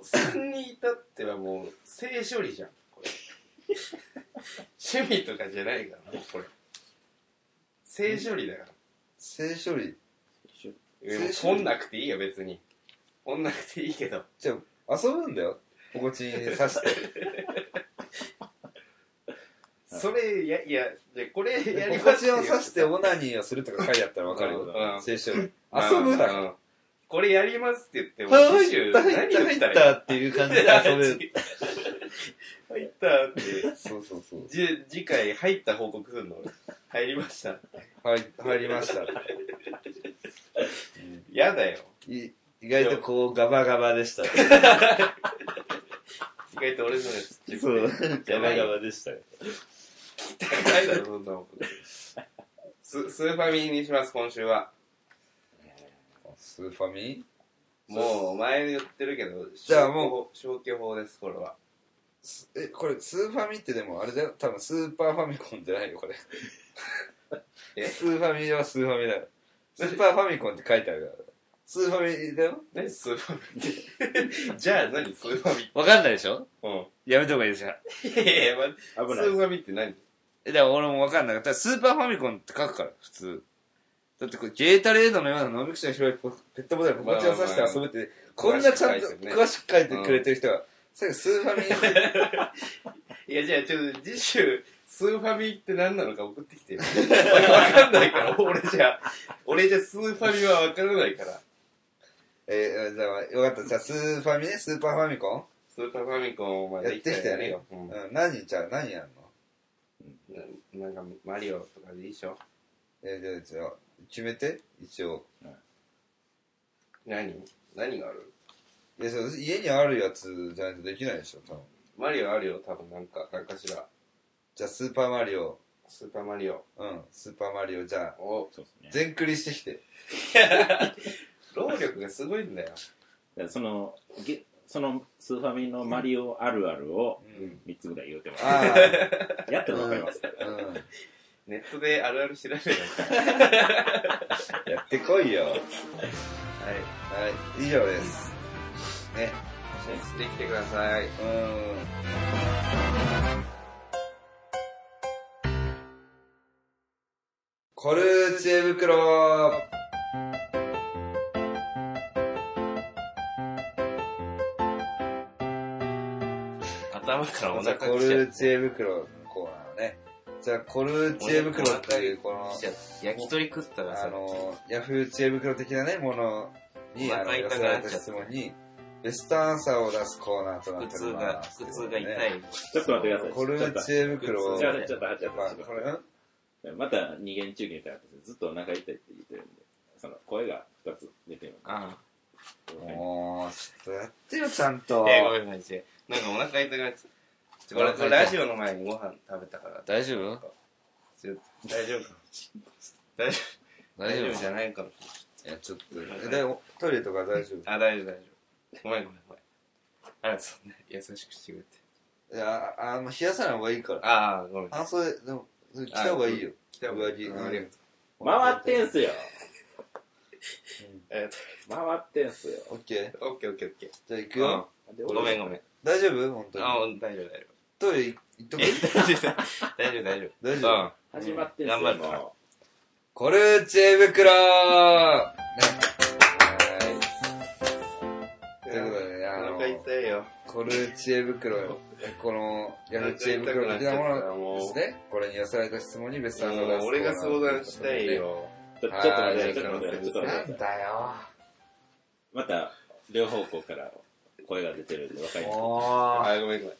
S2: 3に至ってはもう、性処理じゃん、これ。趣味とかじゃないから、もうこれ。性処理だから。
S3: 性処理。
S2: えもう
S3: 性処理
S2: こんなくていいよ、別に。こんなくていいけど。
S3: じゃあ、遊ぶんだよ。心地に刺して。
S2: それ、や、いや、じゃあこれ やりま
S3: 心
S2: す
S3: 地
S2: よ。
S3: を刺してオナニーをするとか書いてあったらわかる
S1: う
S3: よ。
S2: うん
S3: 性処理。
S2: まあ
S3: 遊ぶだ
S2: う
S3: か
S2: んこれやりますって言っても、
S3: ら。
S2: 次週
S3: 入った、
S2: 何
S3: 入
S2: 言っ
S3: った、入
S2: た
S3: っ
S2: らいい
S3: たっていう感じで遊べる。
S2: 入ったって。
S3: そうそうそう。
S2: じ次回入った報告するの俺入りました。
S3: はい、入り ました。
S2: やだよ。
S3: い意外とこう、ガバガバでした。
S2: 意外と俺のやつ。
S3: そう。
S2: ガ
S3: ガ
S2: バ
S3: バ
S2: ガ
S3: ガバでした。
S2: ないだろ、そんなもん。 ス、スーファミにします、今週は。
S3: スーファミ
S2: もう、前言ってるけど、
S3: じゃあも
S2: う、消去法です、これは。
S3: すえ、これ、スーファミってでも、あれだよ。多分、スーパーファミコンじゃないよ、こ れ。
S2: え
S3: スーファミはスーファミだよ。スーパーファミコンって書いてあるから。スーファミだよ。
S2: 何スーファミ って。じゃあ何、スーファミ。
S3: わかんないでしょ
S2: うん。
S3: やめた方がいいですよ。
S2: いやいや、まス
S1: 危ない
S2: ーファミって何
S3: え、だから俺もわかんなかった。スーパーファミコンって書くから、普通。だってこれ、ゲータレードのような飲み口の広いポペットボトルに心地をさして遊ぶって、こんなちゃんと詳しく書いてくれてる人が、最後スーフ ァミ
S2: いや、じゃあちょっと次週、スーファミって何なのか送ってきてよ。俺わかんない から、俺じゃ、俺じゃスーファミはわからないから。
S3: えー、じゃあ、よかった。じゃあ、スーファミね、スーパーファミコ
S2: スーパーファミコンまで
S3: やってきたよね
S2: 行った
S3: ン、
S2: よね
S3: うん、何じゃあ、何やんの
S2: うん。ななんか、マリオとかでいいでしょ
S3: えー、じゃあ、じゃあ、決めて、一応。
S2: 何何がある
S3: いや、そう家にあるやつじゃないとできないでしょ、多分。
S2: マリオあるよ、多分なんか、なんかしら。
S3: じゃあ、スーパーマリオ。
S2: スーパーマリオ。
S3: うん、スーパーマリオ。じゃあ、
S2: お
S1: そうですね。
S3: 全クリしてきて。
S2: 労力がすごいんだよ。
S1: だからその、げそのスーファミのマリオあるあるを
S3: うん。
S1: 3つぐらい言うてま
S3: ああ、
S1: す。やってもわかります。
S3: うん。
S2: ネットであるある調べるから。
S3: やってこいよ。は
S2: はい。
S3: い、以上です。ね。
S2: できてください。
S3: うん。コルー知恵袋
S2: 頭からお
S3: じゃ
S2: 腹
S3: あコ
S2: 来ちゃ
S3: ル
S2: う
S3: ー。知恵袋のコーナーね。じゃあ、コルー知恵袋っていう、この
S2: 来、ちゃう焼き鳥食ったら
S3: あ
S2: さ、
S3: の、ヤフー知恵袋的なね、ものに、
S2: お
S3: あの、
S2: 腹
S3: 寄
S2: 痛
S3: せ
S2: くな
S3: ら
S2: っ
S3: れ
S2: ちゃった
S3: た質問に、ベストアンサーを出すコーナーとな
S2: 腹
S3: ってお
S2: 痛
S3: り
S2: が
S3: ま、
S2: 腹
S3: す。
S2: 痛が痛
S3: ね。
S2: い。
S1: ちょっと待ってください。
S3: コル
S1: ちょっと
S3: ー知恵袋を、
S1: すい
S3: や
S1: ま
S3: っ
S1: せん、ちょっと入っちゃった。
S3: ぱ、これ、ん
S1: また二元中継ってあってずっとお腹痛いって言ってるんで、その声が2つ出てる
S2: あ
S1: の
S3: もう、ちょっとやってよ、ちゃんと
S2: あ。。えー、ごめんなさい。なんかお腹痛くなっちゃうちょ。俺、これラジオの前にご飯食べたから。
S3: 大丈夫
S2: ちょ大丈夫か大丈夫
S3: 大丈
S2: 大丈
S3: 夫
S2: 夫じゃないかもし
S3: いや、ちょっと、え、でも、トイレとか大丈
S2: れない。あ、大丈夫、大丈夫。ごめん、ごめん、ごめん。あら、そんな優しくしてくれて。
S3: 夫いや、ああんま冷やさない方がいいから。
S2: ああ、ごめん。
S3: 半袖、でも、着た方がいいよ。
S2: 来た
S3: 上着、
S2: ありがとう。
S1: 回ってんすよ。
S2: え
S1: 回ってんすよ。
S3: オッケー
S2: っと、オッケーオッケーオッケ
S3: じゃあ行く
S2: ー。
S3: よ。
S1: で
S2: うん。ごめん、ごめん。
S3: 大丈夫本
S2: あ、
S3: 当に。
S2: うん大丈夫、大丈夫。
S3: トイレ行っとく
S2: え、大丈夫、大丈夫、大丈夫。
S3: 大丈夫
S2: うん
S1: 始まってんすよ。
S2: 頑張るから
S1: も
S3: コルチェ袋ね。はーい。ということでね、あ
S2: お
S3: の
S2: 腹、痛いよ。
S3: コルチェ袋、この、やるチェ袋的なものですね。これに寄せられた質問に別
S2: も
S3: 冊を出
S2: う
S3: す。
S2: 俺が相談したい。よ。
S1: うちょ
S3: は
S1: ちょっと待っ
S3: ー
S1: て、
S3: い
S1: ちょっと待って、ちょっと待
S3: な
S1: って。
S3: んだよ。
S1: また、両方向から声が出てるんで、わかります。
S3: もう、
S2: あ、ごめん、ごめん。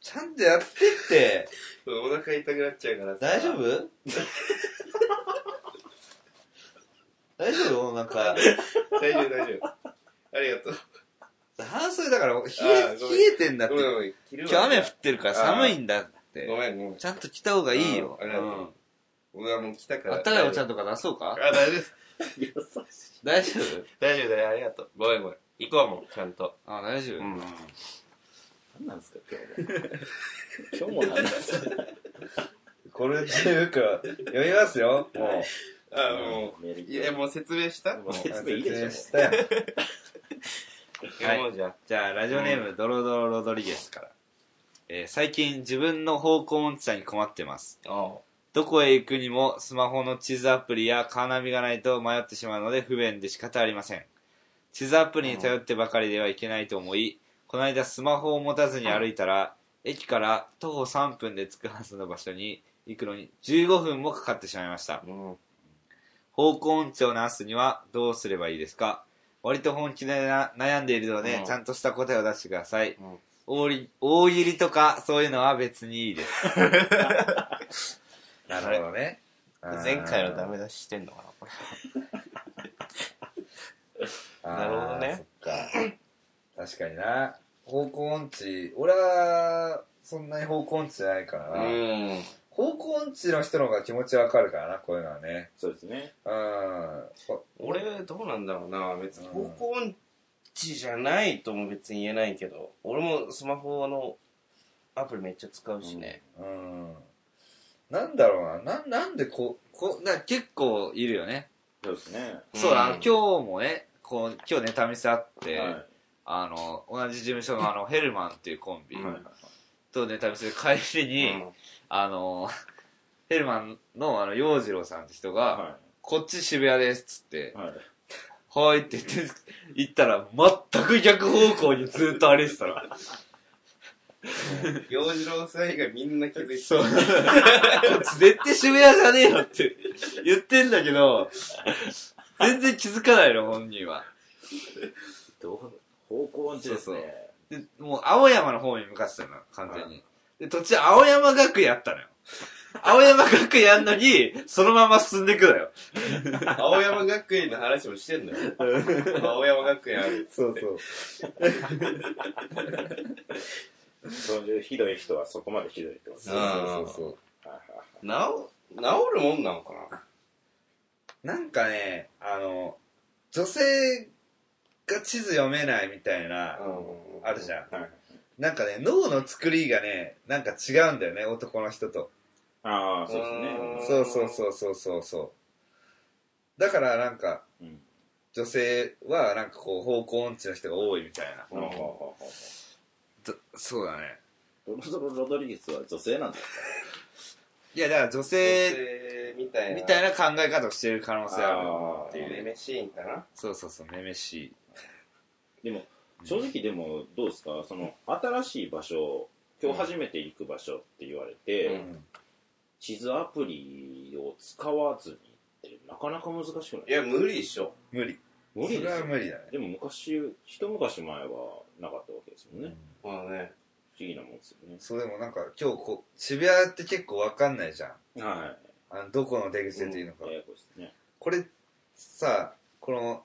S3: ちゃんとやってって。
S2: お腹痛くなっちゃうからさ
S3: 大丈夫 大丈夫お腹。
S2: 大丈夫、大丈夫。ありがとう。
S3: 半袖だから冷
S2: あ
S3: え
S2: ーごめん
S3: 冷えてんだって
S2: ご。めん、ごめん。着る
S3: 今
S2: わ
S3: 日雨降ってるから寒いんだっ
S2: ご
S3: て。
S2: めん、ごめん。
S3: ちゃんと着た方がいいよ。
S2: あありがとう俺はもう来たか
S3: うん
S2: ら。
S3: あったかいお茶
S2: ん。
S3: とか出そう
S2: あ、
S3: か
S2: 大丈夫。
S1: 優しい。
S3: 大丈夫
S2: 大丈夫だよ、ありがとう。ごめん、ごめん。行こうもん、ちゃんと。
S3: あ、大丈夫。
S2: うん。
S1: 何なんですか、 今日も。今日もなんなんですか。
S3: これっていうか、読みます よ。もう。
S2: あ、も
S1: メール
S2: う。いや、もう説明したも
S1: もう。
S2: う
S3: あ
S1: 説明いいでしょ
S3: 説明したよはい
S2: もうじゃあ。
S3: じゃあ、ラジオネーム、ドロドロロドリゲスから。えー最近自分の方向音痴さに困ってます。
S2: あ
S3: どこへ行くにもスマホの地図アプリやカーナビがないと迷ってしまうので不便で仕方ありません。地図アプリに頼ってばかりではいけないと思い、この間スマホを持たずに歩いたら、駅から徒歩3分で着くはずの場所に行くのに15分もかかってしまいました。
S2: うん。
S3: 方向音痴を直すにはどうすればいいですか割と本気でな悩んでいるので、
S2: うん
S3: ちゃんとした答えを出してください。
S2: うん
S3: 大り大喜利とかそういうのは別にいいです。 な
S2: る
S3: ほどね。
S2: 前回のダメ出ししてんのかな、これ。なるほどね
S3: あー。そっか。確かにな。方向音痴、俺は、そんなに方向音痴じゃないからな。
S2: うん。
S3: 方向音痴の人の方が気持ちわかるからな、こういうのはね。
S1: そうですね。
S3: うん。こ
S2: 俺、どうなんだろうな。別に方向音痴じゃないとも別に言えないけど、俺もスマホのアプリめっちゃ使うしね。
S3: うん。なんだろうな。な、なんでこう、こう、な結構いるよね。
S1: そうですね。
S3: そうだ、
S2: うん
S3: あの今日もね、こう、今日ネタ見せあって、
S1: はい
S3: あの、同じ事務所のあの、ヘルマンっていうコンビ
S2: うん
S1: はい
S3: とネタ見せで帰り
S2: う
S3: に、あの、ヘルマンのあの、洋次郎さんって人が、
S1: は
S3: こっち渋谷ですっつって
S1: い。、はい。
S3: はいって言って、行ったら、全く逆方向にずっと歩いてたら、
S2: ん洋次郎さん以外みんな気づいてる
S3: そう。こっち 絶対渋谷じゃねえよって言ってんだけど、全然気づかないの、本人は。
S1: どう方向音痴ですね。
S3: で、もう青山の方に向かってたの、完全に。で、途中青山学園あったのよ。青山学園あんのに、そのまま進んでいくのよ。
S2: 青山学院の話もしてんのよ。青山学院ある。
S3: そうそう。
S1: そういうひどい人はそこまでひどいってことですね。
S2: あ
S3: そうそうそう
S1: はいはいはい
S2: 治、治るもんなのか
S3: なんかね、あの、女性が地図読めないみたいな
S2: な、うん
S3: あるじゃん。
S1: はい
S3: なんかね、脳の作りがね、なんか違うんだよね、男の人と。
S1: ああ、そうで
S2: うん
S1: すね。
S3: そうそうそうそうそうそう。だからなんか、
S1: うん
S3: 女性はなんかこう方向音痴の人が多いみたいな。
S1: ほうほうほうほう
S3: どそうだね。
S1: ドロドロロドリゲスは女性なんです
S3: いや、だから女性
S2: えー、みたいな。
S3: みたい
S2: な。
S3: な考え方をしてる可能性ある。
S1: あ
S2: っていうね、シーンかな。
S3: そうそうそう、めめしい。
S1: でも、正直でもどうですかその、新しい場所、今日初めて行く場所って言われて、
S2: うん
S1: 地図アプリを使わずにってなかなか難しくない
S2: いや、無理でしょ。
S3: 無理。
S1: 無理
S3: そ
S1: で
S3: れ
S1: す
S3: は
S1: よ
S3: 無理だね。
S1: でも昔、一昔前はなかったわけですもんね。
S2: まあね。
S1: 不思議なもんですよね。
S3: そう、でもなんか今日こう、渋谷って結構わかんないじゃん。
S1: は
S3: あの、どこの出口出ていいのか。
S1: い。ややこしいですね。
S3: これ、さ、この、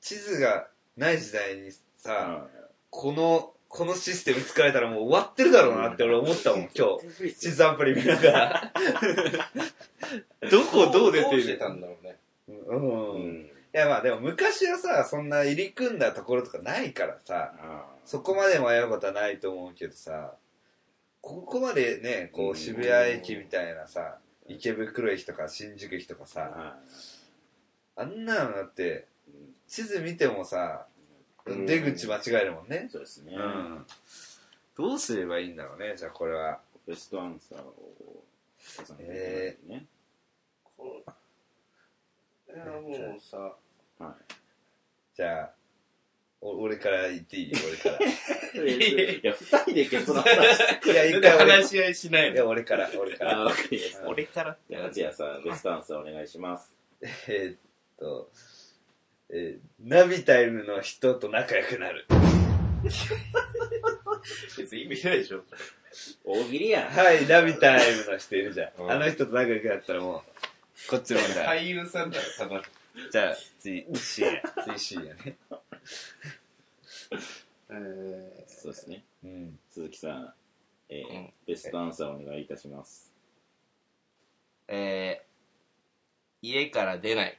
S3: 地図がない時代にさ、
S1: は
S3: この、このシステム使えたらもう終わってるだろうなって俺思ったもん、今日。
S1: い
S3: 地図アプリ見ながら。どこどう出
S2: どう
S3: て
S2: して
S3: る
S2: たんだろうね。
S3: うん。
S1: う
S3: い
S1: ん。
S3: やまあでも昔はさ、そんな入り組んだところとかないからさ、
S1: あ
S3: そこまで迷うことはないと思うけどさ、ここまでね、
S1: う
S3: こ
S1: ん
S3: う渋谷駅みたいなさ、池袋駅とか新宿駅とか
S1: あ。
S3: さ、
S1: は
S3: あんなのだって、
S1: い。うん
S3: 地図見てもさ、
S1: うん
S3: 出口間違えるもんね。
S1: そうですね
S3: う。ん。どうすればいいんだろうね、じゃあこれは。
S1: ベストアンサーを重ねていかないとね。
S2: このいや、もうさ、
S1: は
S3: じゃあ、お俺から言っていい俺から。
S1: い。いや、二人で結論出して。
S3: いや、一回俺。
S2: 話し合いしない
S3: い
S2: の。
S3: や、俺から、俺か
S1: あ
S3: ら。
S1: わかりました
S2: 俺から
S1: じゃあ、じゃあさ、ベストアンサーお願いします。
S3: えーっと、えーナビタイムの人と仲良くなる。
S2: 別に意味ないでしょ。
S1: 大喜利やん。
S3: はい、ナビタイムの人いるじゃ
S2: うん
S3: ん。あの人と仲良くなったらもう、こっちの問
S2: 俳
S3: 題。
S2: 優さんだよ、ただ。
S3: じゃあ、次、C や。次 C やね。
S2: え
S1: そうですね。
S3: うん。
S1: 鈴木さん、えー
S2: うん
S1: ベストアンサーお願いいたします。
S2: えー、家から出ない。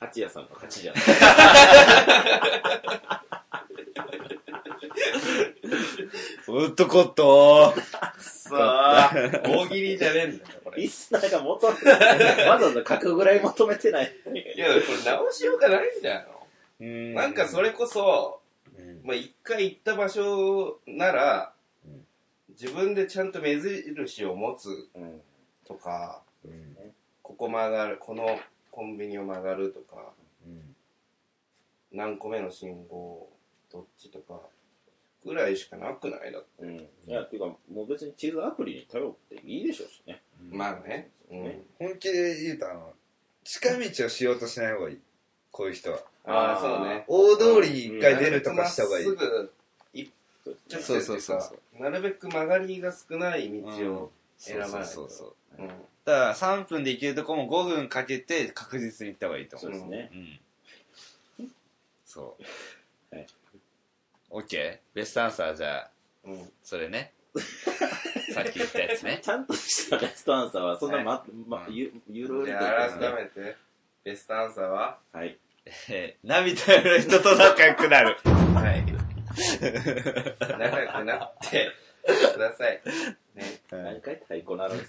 S1: 八谷さんの勝ち じゃない。
S3: 男と、
S2: さあ、大喜利じゃねえんだよ、これ。
S1: リ
S2: い
S1: スナーが求めてない。わざわざ書くぐらい求めてない。
S2: や、これ直しようがないんだよ。な
S3: なん
S2: かそ、れこそ、
S3: うん
S2: まあ、一回行った場所なら
S3: うん、
S2: 自分でちゃんと目印を持つ
S1: うん。
S2: とか、
S3: うん
S2: ここ曲がる、このコンビニを曲がるとか、
S3: うん
S2: 何個目の信号、どっちとか、ぐらいしかなくないだって。
S1: うん。いや、ていうか、もう別に地図アプリに頼っていいでしょうしね。
S2: まあね。うん。
S3: 本気で言うと、あの、近道をしようとしない方がいい。こういう人は。
S2: ああ、そうね。
S3: 大通りに一回出るとかした方がいい。
S2: なるべくま
S1: そうで
S2: っすぐ
S1: す
S2: ちょ
S1: ね
S2: っと
S3: そ
S2: ってい
S3: うそ
S2: うう
S3: そう
S2: か
S3: そう、
S2: なるべく曲がりが少ない道を。選ばないと
S3: そうそうそうそう
S2: うん。
S3: だから3分で行けるとこも5分かけて確実に行った方がいいと
S1: そ
S3: 思
S1: う
S3: う
S1: ですね。
S3: うんそう
S1: はい
S3: オッケーベストアンサーじゃあ
S2: うん。
S3: それ ねさっき言ったやつね
S1: ちゃんとしたベストアンサーは、そんなま、ま、ゆ、ゆるりと
S2: じ
S1: や
S2: ゃ
S1: って
S2: あ、
S1: ます
S2: 改
S1: ね。
S2: めて、ベストアンサーは
S1: はい。
S3: えー涙の人と仲良くなる
S2: はい。 仲良くなってください。ね。
S1: 何回太鼓なるんで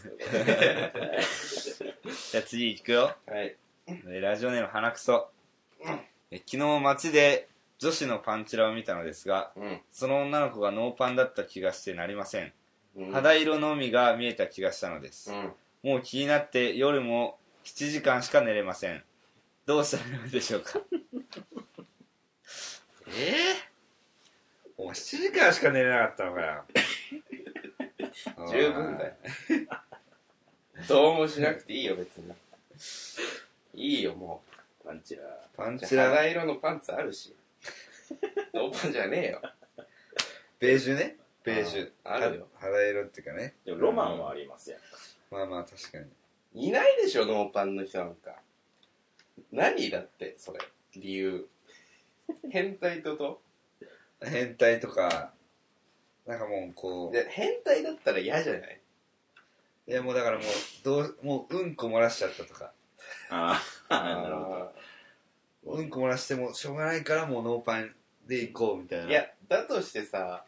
S1: すけど。
S3: じゃあ次行くよ
S2: はい。
S3: えーラジオネーム鼻くそえー昨日街で女子のパンチラを見たのですが
S2: うん。
S3: その女の子がノーパンだった気がしてなりません
S2: うん
S3: 肌色のみが見えた気がしたのです
S2: う、ん。
S3: もう気になって夜も7時間しか寝れませんどうしたらよいでしょう かええお前7時間しか寝れなかったのか よ
S2: 十分だよ。どうもしなくていいよ、別に。いいよ、も
S1: パンチラー。
S3: パン
S2: う。
S3: チラ
S2: 肌色のパンツあるし。ノーパンじゃねえよ。
S3: ベージュねベージュ
S2: ああるよ
S3: は肌色っていうかね
S1: でも、ロマンはありますやん。
S3: まあまあ確かに
S2: いないでしょ、ノーパンの人なんか。何だって、それ。理由。変態ってこと
S3: 変態とかなんかもうこう
S2: で変態だったら嫌じゃない
S3: いやもうだからもうどうもううんこ漏らしちゃったとか
S1: ああ、なるほど。
S3: うんうんこ漏らしてもしょうがないからもうノーパンで行こうみたいない
S2: や、だとしてさ、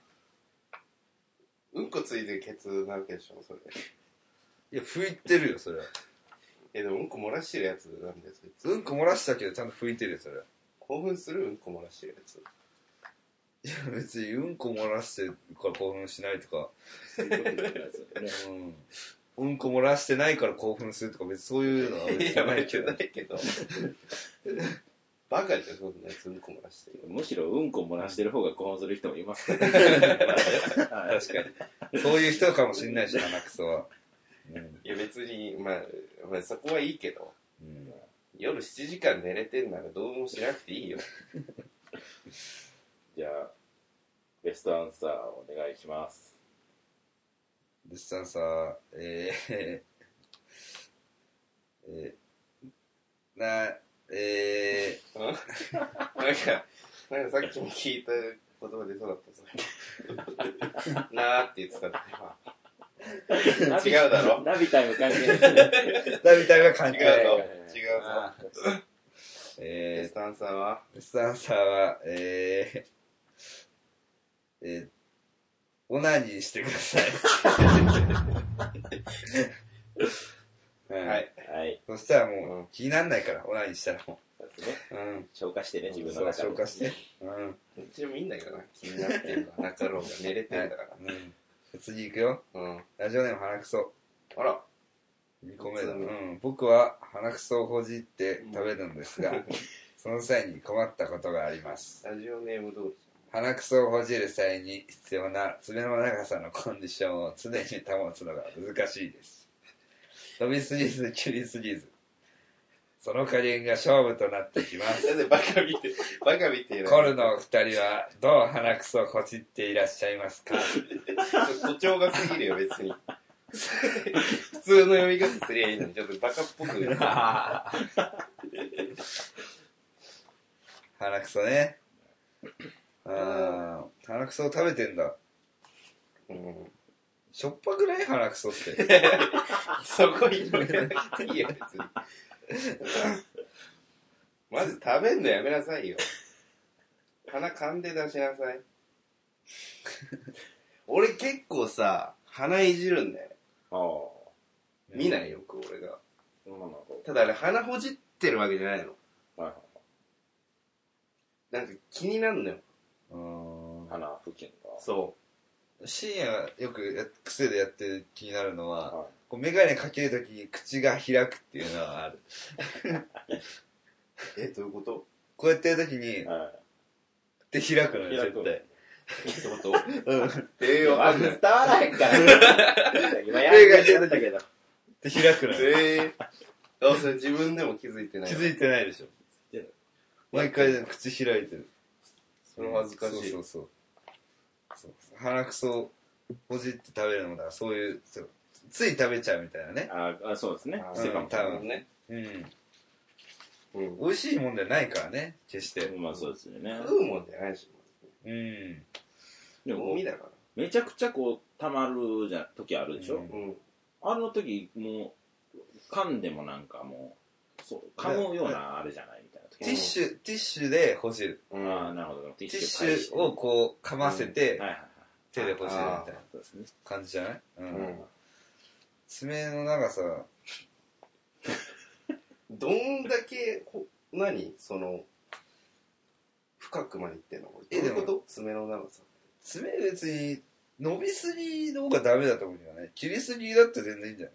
S2: うんこついてるケツなわけでしょ、それ。
S3: いや拭いてるよそれは
S2: え、でもうんこ漏らしてるやつなんだよ、そいつ。
S3: うんこ漏らしたけどちゃんと拭いてるよそれは
S2: 興奮するうんこ漏らしてるやつ。
S3: いや別にうんこ漏らしてるから興奮しないとか、
S1: そういうことじゃないですよね。
S3: うん、うんこ漏らしてないから興奮するとか別にそういうのは別
S2: い
S3: に
S2: や、
S3: な
S2: め
S3: い
S2: ち
S3: け
S2: ゃな
S3: ど
S2: いけど。バカじゃん、そんなやつうんこ漏らしてる。
S1: むしろ、うんこ漏らしてる方が興奮する人もいますからね。はい
S3: 確かにそういう人かもしんないし鼻くそは、うん
S2: いや、別に、まあ、まあ、そこはいいけど、
S3: うん、
S2: 夜7時間寝れてんならどうもしなくていいよ。
S1: じゃあ、ベストアンサーお願いします。
S3: でささえー、 えー、なえ
S2: うんなんか、なんかさっきも 聞いた言葉でそうだった、それ。なーって言ってたって、今。違うだろ
S1: ナビタイム関係ない。
S3: ダビタが感
S2: 違う
S3: じ
S2: ぞ
S3: ない。
S2: 違うぞえー、スタンさんは
S3: スタンサーは、えー、えー、オナニーしてください。は
S2: はい。
S1: はい。
S3: そしたら
S2: う
S3: も
S2: ん
S3: う、気になんないから、オナニーしたらも
S1: そうですね。
S3: う。うん。
S1: 消化してね、自分の
S3: そう、
S1: 中で。
S3: 消化して。うん。
S2: どっちでもいいんだけどな。気になってるか、なかろうが、寝れてるんだから。
S3: うん。次行くよ。
S2: うん。
S3: ラジオネーム鼻くそ。
S2: あら。
S3: 2個目だ。
S2: そううね
S3: ん。僕は鼻くそをほじって食べるんですが、その際に困ったことがあります。
S2: ラジオネーム通り。
S3: 鼻くそをほじる際に必要な爪の長さのコンディションを常に保つのが難しいです。飛びすぎず、切りすぎず。その加減が勝負となってきます。
S2: なんでバカ見て、バカ見て
S3: コルのお二人はどう鼻くそをこじっていらっしゃいますか
S2: 誇張が過ぎるよ、別に。普通の読み方すりゃいいのに、ちょっとバカっぽく言う。
S3: 鼻くそね。あー鼻くそを食べてんだ。
S2: うん
S3: しょっぱくない鼻くそって。
S2: そこ広げなくていいよ、別に。まず食べんのやめなさいよ。鼻噛んで出しなさい。俺結構さ、鼻いじるんだよ。
S1: ああ。
S2: 見ないよく俺が。
S1: まあまあこ
S2: ただあれ鼻ほじってるわけじゃないの。
S1: うはい
S2: なんか気になるのよ。
S3: うん
S1: はい。鼻付近が。
S2: そ
S3: 深夜よくや癖でやって気になるの
S1: は
S3: は、こう眼鏡かけるときに口が開くっていうのはある。
S2: う。え、どういうこと
S3: こうやってやるときに、
S1: い。は
S3: で開くのよ、
S1: 開く
S3: 絶対。
S2: どういうこと
S3: うん。
S2: え
S1: い。
S2: ー、わかんない。
S1: 伝わらへん から。今やるやったけど。
S3: で開くのよ。
S2: えー、あ、それ自分でも気づいてない。
S3: 気づ
S2: い
S3: いてないでしょ
S1: てない。
S3: 毎回でも口開いてる。
S2: それ恥ずかしい。
S3: そうそうそう。そう鼻くそをほじって食べるのも、だからそういう、そうつい食べちゃうみたいなね。
S1: ああ、そうですね。
S2: あー
S1: そうかも
S3: 多分
S2: ね。
S3: うん。
S2: うん。
S3: 美味しいもんじゃないからね、決して。
S1: まあそうですよね。
S2: 食うもんじゃないし。
S3: うん。
S1: でも
S2: ゴミだから。
S1: めちゃくちゃこう、溜まるじゃ、時あるでしょ
S3: うん
S2: うん。
S1: あの時、もう、噛んでもなんかもう、そう、噛むようなあれじゃないみたいな時。
S3: ティッシュ、ティッシュでほじる。
S2: う
S1: ああ、
S2: ん。
S1: なるほど。ティ
S3: ティッシ
S1: 返して
S3: ュをこう、かませて
S1: はい、はいはい。
S3: 手でほじるみ
S2: あ
S3: たいな
S1: そうですね。
S3: 感じじゃないうん
S2: ん。
S3: 爪の長さ、
S2: どんだけ、ほ何その、深くまでいってんのこれ。
S3: えで
S2: ど
S3: も
S2: ういうこと爪の長さ。
S3: 爪別に伸びすぎの方がダメだと思うけどね。切りすぎだって全然いいんじゃな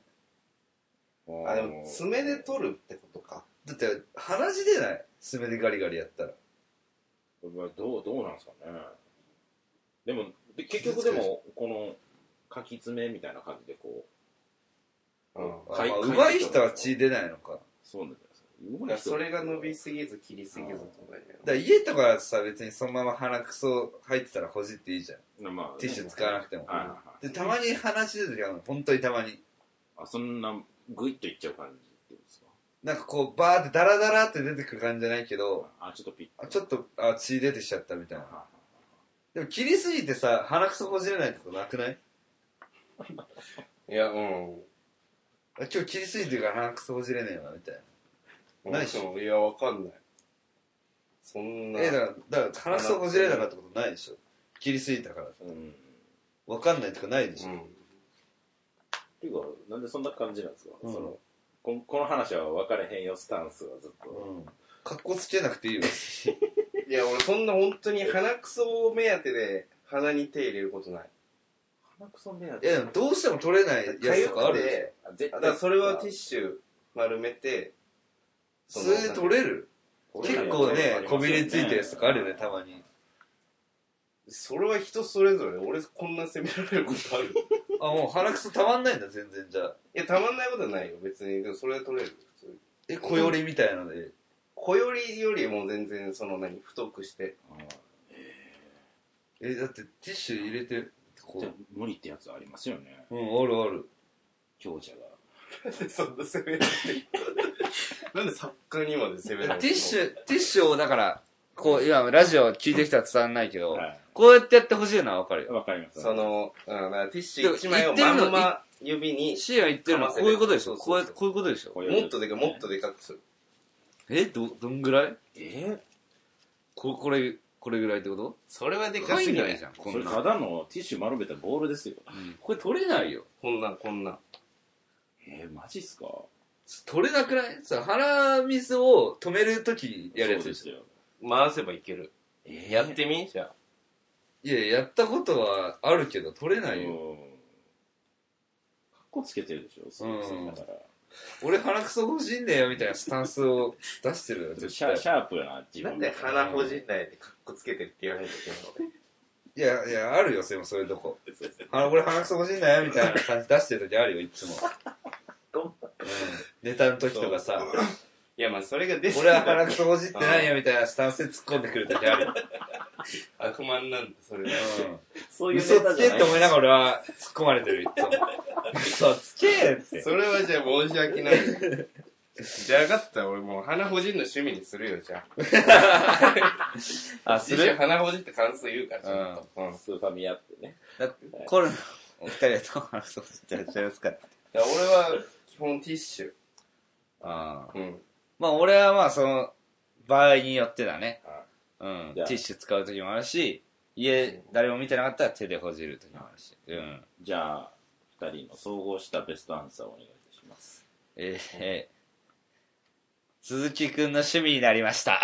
S2: あ、
S3: い
S2: でも爪で取るってことか。
S3: だって、鼻血出ない爪でガリガリやったら。
S1: まあどう、どうなんですかね。でも、で結局でも、この、書き爪みたいな感じでこう、
S2: うん。
S3: あ
S1: かい
S3: まあ
S1: かい
S3: 上手い人は血出ないのか。
S1: そうなんです
S2: だ
S1: よ
S2: からそれが伸びすぎず、切りすぎずってことだよね。
S3: だから家とかさ、別にそのまま鼻くそ入ってたらほじっていいじゃん。
S1: まあ、
S3: ティッシュ使わなくても。
S1: はいはいはい
S3: で、たまに鼻血出る時は、本当にたまに。
S1: あ、そんな、ぐいっといっちゃう感じってことですか
S3: なんかこう、バーってダラダラって出てくる感じじゃないけど、
S1: あ、ちょっとピッ
S3: あちょっと、あ、血出てきちゃったみたい
S1: はい
S3: な。
S1: は
S3: でも切りすぎてさ、鼻くそほじれないってことなくない
S2: いや、うん。
S3: あ今日切りすぎてるから鼻くそほじれねえわ、みたいな。
S2: 何しもいや、わかんない。そんな。
S3: え、だから、だから鼻くそほじれなかったことないでしょ切りすぎたから。
S1: いうん。っ
S3: わかんないとかないでし
S2: う
S3: ょ、
S2: ん。
S1: ていうか、なんでそんな感じなんですか、
S3: うん
S1: そのこの、この話は分かれへんよ、スタンスはずっと。
S3: うん。格好つけなくていいよ。
S2: いや、俺そんな本当に鼻くそを目当てで鼻に手入れることない。
S1: 鼻くそ目当
S3: いや、でもどうしても取れないやつとかあるでし
S2: 痒
S3: ょ
S2: くてだからそれはティッシュ丸めて、
S3: 普通に取れる
S1: ュ
S3: 結構ね、こびりついたやつとかあるよね、たまに。
S2: それは人それぞれ。俺こんな責められることあ る。い
S3: あ、もう鼻くそたまんないんだ、全然じゃあ。
S2: や、たまんないことはないよ、別に。でもそれは取れる。普通に
S3: え、小よりみたいなので。
S2: 小よりよりも全然、その何、太くして。
S3: え、だってティッシュ入れて、こ
S1: じゃあ
S3: う。
S1: 無理ってやつありますよね
S3: うん、あるある。
S1: 強者が
S2: なんでそんな責めら れるなんで作家にまで責められる
S3: ティッシュ、ティッシュをだから、こう、今、ラジオ聞いてきたら伝わんないけど、
S1: はい
S3: こうやってやってほしいのはわかるよ。
S1: わかります。
S2: その、うん、だからティッシュ1枚をまんま指に、
S3: シーア言ってるのはこういうことでしょ
S2: そ
S3: こう
S2: う
S3: や
S2: そうそう
S3: こういうことでし
S1: こ
S3: ょ
S1: ういう
S2: もっとでか、もっとでかくする。
S3: えど、どんぐらい
S1: え
S3: ここれ、これぐらいってこと
S2: それはでか
S3: 入
S2: す
S3: ん
S2: ぎ
S3: な
S2: ないい
S3: じ
S2: じ
S3: ゃ
S2: ゃ
S3: ん、
S2: ん。
S3: こ
S1: そ
S3: ん
S1: れ
S3: な
S1: た
S3: ん。
S1: だのティッシュ丸めたボールですよ。
S3: これ取れないよ。
S2: こんなん、こんなん。
S1: えー、マジっすか
S3: 取れなくないそれ鼻水を止めるときやるや
S1: そ
S3: つ
S1: う
S3: で
S1: で
S3: し
S1: す
S3: ょ
S1: よ。
S2: 回せばいける。
S1: えー
S2: やってみじゃあ。
S3: いや、やったことはあるけど、取れないよ。
S1: うんかっこつけてるでしょ、そのくせにだから。
S3: 俺鼻くそ欲しいんだよ、みたいなスタンスを出してるよ、絶
S1: シャ
S3: 対。
S1: シャープな自
S2: な
S1: 分
S2: んで鼻ほじんないでカッコつけてって言われる
S3: いや、いや、あるよ、それもそういうとこ。あ俺鼻くそ欲しいんだよ、みたいな感じ出してるときあるよ、いつも。うん。ネタの時とかさ、
S2: いや、まあそれが出て
S3: 俺は鼻くそ欲しいってないよ、みたいなスタンスで突っ込んでくるときあるよ。。
S2: 悪魔になんだ、それが。
S1: そううんいう
S3: 嘘
S1: ネタ
S3: つ
S1: じゃ
S3: けっ
S1: ない
S3: て思いながら俺は突っ込まれてる、いつも。嘘つけって。
S2: それはじゃあ申し訳ないよ。じゃあ分かった、俺もう鼻ほじんの趣味にするよ、じゃあ。
S3: あ、
S2: 一緒に鼻ほじって感想言うから、ちゃんと。うん。
S1: スーファミやってね。
S3: コロナ、お二人はどう鼻くそ欲しいってやっちゃいますか
S2: だから俺は基本ティッシュ。
S3: ああ。
S2: うん。
S3: まあ俺はまあその場合によってだね。うん。
S1: じ
S3: テ
S1: ゃ
S3: ィ
S1: あ
S3: ッシュ使う時もあるし、家誰も見てなかったら手でほじる時もあるし。うん。
S1: じゃあ、二人の総合したベストアンサーをお願いいたします。
S3: えーえー鈴木くんの趣味になりました。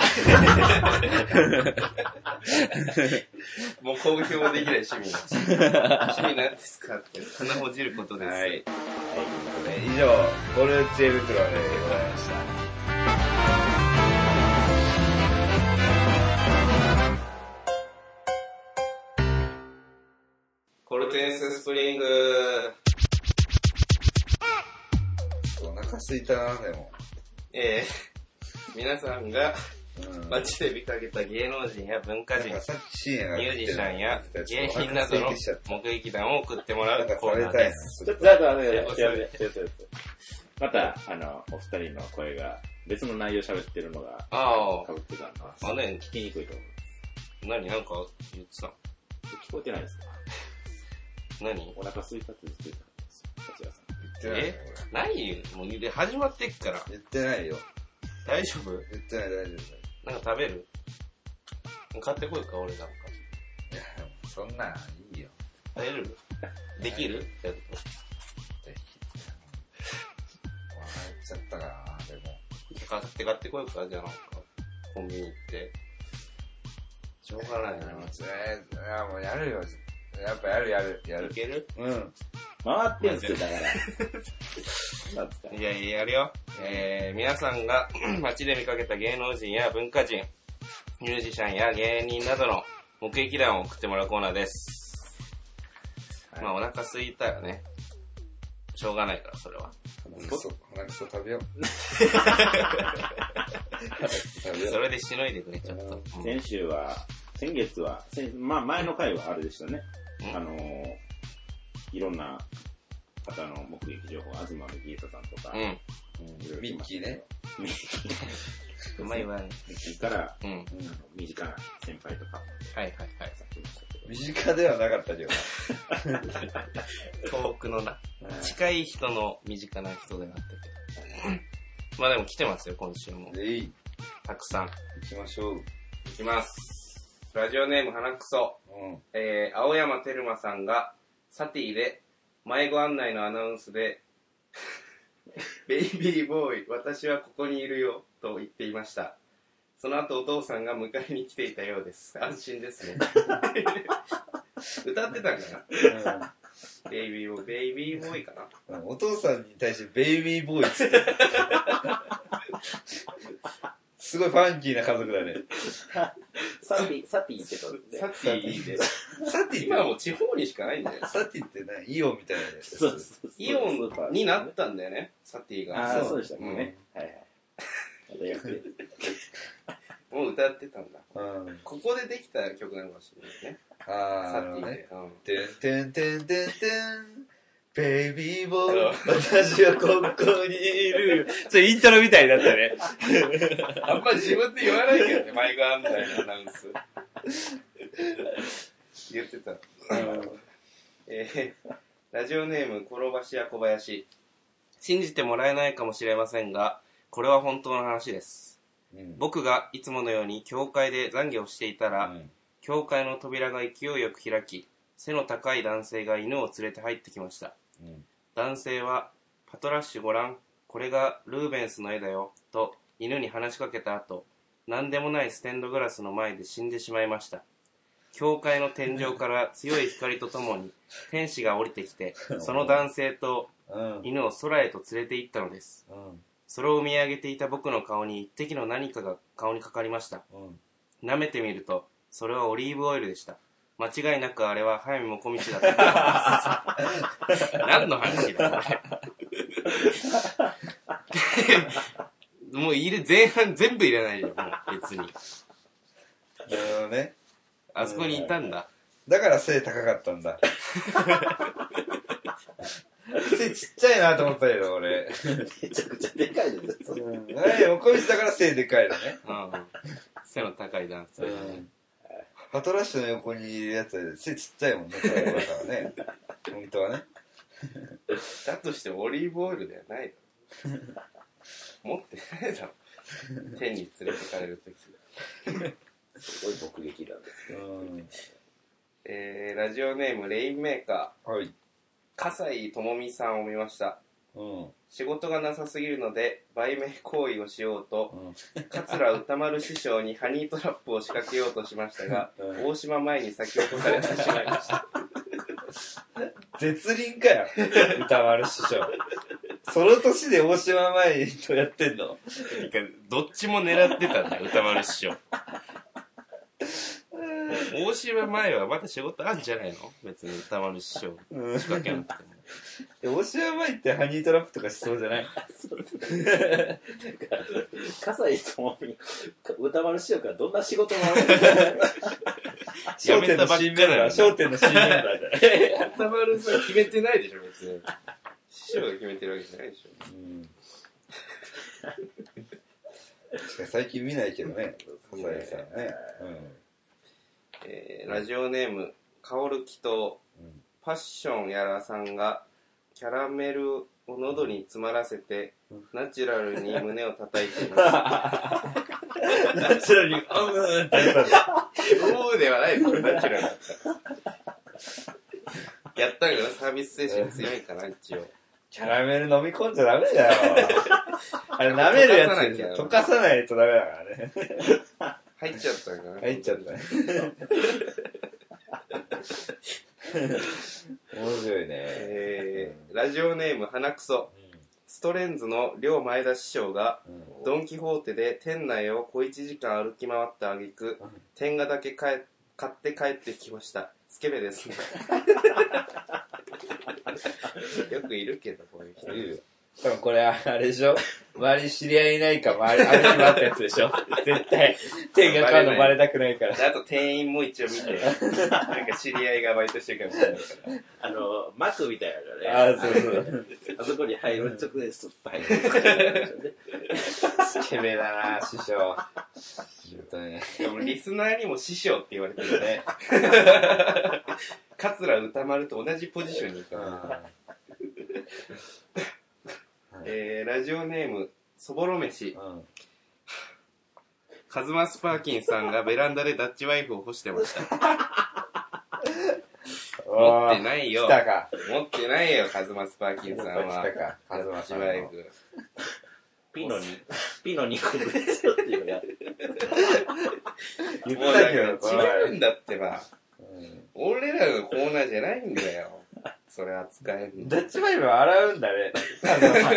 S2: もう公表できない 趣味なんです。趣味なんですかって。鼻ほじることです。
S3: はい。
S1: はい。
S3: 以上、ゴルチェ袋でございました。
S2: コルテンススプリング。
S3: お腹すいたな、でも。
S2: えー、 皆さんが
S3: うん
S2: 街で見かけた芸能人や文化人、
S3: さっき深夜
S2: ミュージシャンや芸品などの目撃談を送ってもらうコーナーです。
S3: す
S1: ちょっと、ちょっと、やめて、や
S2: や
S1: めて、やめてやめてやめて。また、あの、お二人の声が、別の内容喋ってるのが、
S2: あ
S1: 被ってたの
S2: あ、あ、ね、
S1: 聞きにくいと思う。
S2: 何なんか言ってた
S1: 聞こえてないですか
S2: 何
S1: お腹空いたってずっと言ってたんですよ。立川さん。
S3: 言ってないよ
S2: えないよもうで始まってっから。
S3: 俺言ってないよ。
S2: 大丈夫
S3: 言ってない、大丈夫。
S2: なんか食べる買ってこいか、俺なんか。
S3: いや、そんなんいいよ。
S2: 食べるできるじゃあ
S3: ぜひ。もう入っちゃったからな、でも。
S2: 買って買ってこようか、じゃあなんか、コンビニ行って。しょうがないな。
S3: もうとりあえずいや、もうやるよ。やっぱやるやる、や
S2: い
S3: る。
S2: ける
S3: うん。
S1: 回ってんすよ、だから。 なんですか
S2: いやいや、やるよ。えー、皆さんが街で見かけた芸能人や文化人、ミュージシャンや芸人などの目撃談を送ってもらうコーナーです。
S1: はい
S2: まあお腹空いたよね。しょうがないから、それは。
S3: 鼻くそ、鼻くそ食べよう。食べよ
S2: それでしのいでくれ、ちょっと。うん
S1: 先週は、先月は、先まあ前の回はあれでしたね。
S2: うん
S1: あのー、いろんな方の目撃情報、東幹久さんとか、
S2: うん。
S3: う。ミッキーね。
S1: ミッキー
S2: うまいわね。
S1: ミッキーから、
S2: うん。はい
S1: あの身近な先輩とか、
S2: はいはい。
S1: さっきも言ったけど
S3: 身近ではなかったけど。
S2: 遠くのな、近い人の身近な人でなってて。まあでも来てますよ、今週も。
S3: で、いい。
S2: たくさん。
S3: 行きましょう。
S2: いきます。ラジオネーム、花くそ。
S3: うん。
S2: えー、青山テルマさんが、サティで、迷子案内のアナウンスで、 ベイビーボーイ、私はここにいるよ、と言っていました。その後お父さんが迎えに来ていたようです。安心ですね。 歌ってたんかなベイビーボーイ、ベイビーボーイかな
S3: うんお父さんに対してベイビーボーイっつって。 すごいファンキーな家族 だね。
S1: サティ、サティってとって
S2: サ。ティで。
S3: サティって
S2: 今はもう地方にしかないんだよ。
S3: サティってね、イオンみたいなやつ。
S1: そうそう
S2: イオンになったんだよね、サティ
S1: あ
S2: が。
S1: あ、そうでしたっけね。はいはい。またやって
S2: もう歌ってたんだ。
S3: うん。
S2: ここでできた曲なのかもしれないね。
S3: ああ、
S2: サ
S3: な
S2: テ
S3: るほ
S2: ィ
S3: どね。
S2: で。うん
S3: てんてんてんてんてん。ベイビーボーイ、私はここにいる。ちょ、イントロみたいになった ね。
S2: あんま自分で言わないけどね、マイク案内のアナウンス。言ってた。
S1: うん
S2: えーラジオネーム、転ばし屋小林。信じてもらえないかもしれませんが、これは本当の話です。
S1: うん
S2: 僕がいつものように教会で懺悔をしていたら、
S1: うん
S2: 教会の扉が勢いよく開き、背の高い男性が犬を連れて入ってきました。
S1: うん
S2: 男性は、パトラッシュご覧、これがルーベンスの絵だよ、と犬に話しかけた後、何でもないステンドグラスの前で死んでしまいました。教会の天井から強い光とともに天使が降りてきて、その男性と
S1: うん
S2: 犬を空へと連れて行ったのです。
S1: うん
S2: それを見上げていた僕の顔に一滴の何かが顔にかかりました。
S1: うん
S2: 舐めてみると、それはオリーブオイルでした。間違いなくあれは早見もこみちだと思います。何の話だこれもう入れ、前半全部入れないよ、もう別に。
S3: なるほどね。
S2: あそこにいたんだ。
S3: だから背高かったんだ。背ちっちゃいなと思ったけど、俺。
S1: めちゃくちゃでかいじゃんそれ
S3: はい、おこみちだから背でかいのね。
S2: うん。背の高い男性。
S1: うん
S3: パトラッシュの横にいるやつは背ちっちゃいもんね、だからね。本当はね。
S2: だとしてオリーブオイルではないだろ。持ってないだろ。手に連れてかれるとき。
S1: すごい目撃だね
S3: うん。
S2: えー、ラジオネーム、レインメーカ
S3: はい。
S2: ー、笠井智美さんを見ました。
S3: うん。
S2: 仕事がなさすぎるので売名行為をしようと
S3: うん。
S2: 桂歌丸師匠にハニートラップを仕掛けようとしましたが
S1: うん
S2: 大島前に先を越されてしまいました
S3: 絶倫 かよ。歌丸師匠。その年で大島前とやってんの
S2: どっちも狙ってたんだよ歌丸師匠大島前はまだ仕事あんじゃないの別に歌丸師匠
S3: うん
S2: 仕掛けなくても
S3: 大島前ってハニートラップとかしそうじゃない
S1: 笠井智美歌丸師匠からどんな仕事もあるの
S2: やめたばっかりなのに
S3: 焦点の新メンバーじゃな い。
S2: 歌丸さん決めてないでしょ別に師匠が決めてるわけじゃないでしょ
S1: うん
S3: 最近見ないけどね、
S2: 笠井さん
S3: ね。
S2: えーラジオネーム薫木と
S3: うん
S2: パッションやらさんがキャラメルを喉に詰まらせてナチュラルに胸を叩いていま
S3: ナチュラルに、あうんってやったんだ
S2: す おーではないですよナチュラルだったやったけどサービス精神強いかな一応
S3: キャラメル飲み込んじゃダメだよ。あれ舐めるやつ
S2: 溶
S3: 溶
S2: か
S3: かさないとダメだからね。
S2: 入っちゃったかな
S3: 入っちゃったね。面白いね。
S2: えーラジオネーム花くそストレンズの両前田師匠が
S3: うん
S2: ドン・キホーテで店内を小1時間歩き回った挙句天下だけ買え買って帰ってきましたスケベですねよくいるけどこういう人
S3: 多分これ、あれでしょ周りに知り合いいないか、周り、あれ決まったやつでしょ絶対、手が買うのバレたくないから。
S2: であと店員も一応見てなんか知り合いがバイトしてるかもしれないから
S1: あの幕みたいなのね
S3: ああ、そうそう。
S1: あそこに入る直でスッと入る
S3: スケベだな、師匠。本当にね。
S2: でもリスナーにも師匠って言われてるね桂歌丸と同じポジションにいた、えー、ラジオネームそぼろ飯
S3: うん
S2: カズマスパーキンさんがベランダでダッチワイフを干してました持ってない
S3: おー
S2: よ
S3: 来たか。
S2: 持ってないよカズマスパーキンさん
S3: 来
S2: は
S3: たか。カズマさんの。
S2: ダッチワイフ
S1: ピノにピノに個分するっていうのが
S3: 言っ
S2: もう
S3: たけ
S2: な
S3: ど、
S2: ん
S3: こ
S2: か
S3: の
S2: 違う
S3: 前
S2: んだってば
S3: うん
S2: 俺らのコーナーじゃないんだよそれ扱えるの
S3: ダッチワイフは洗うんだね。カズマさん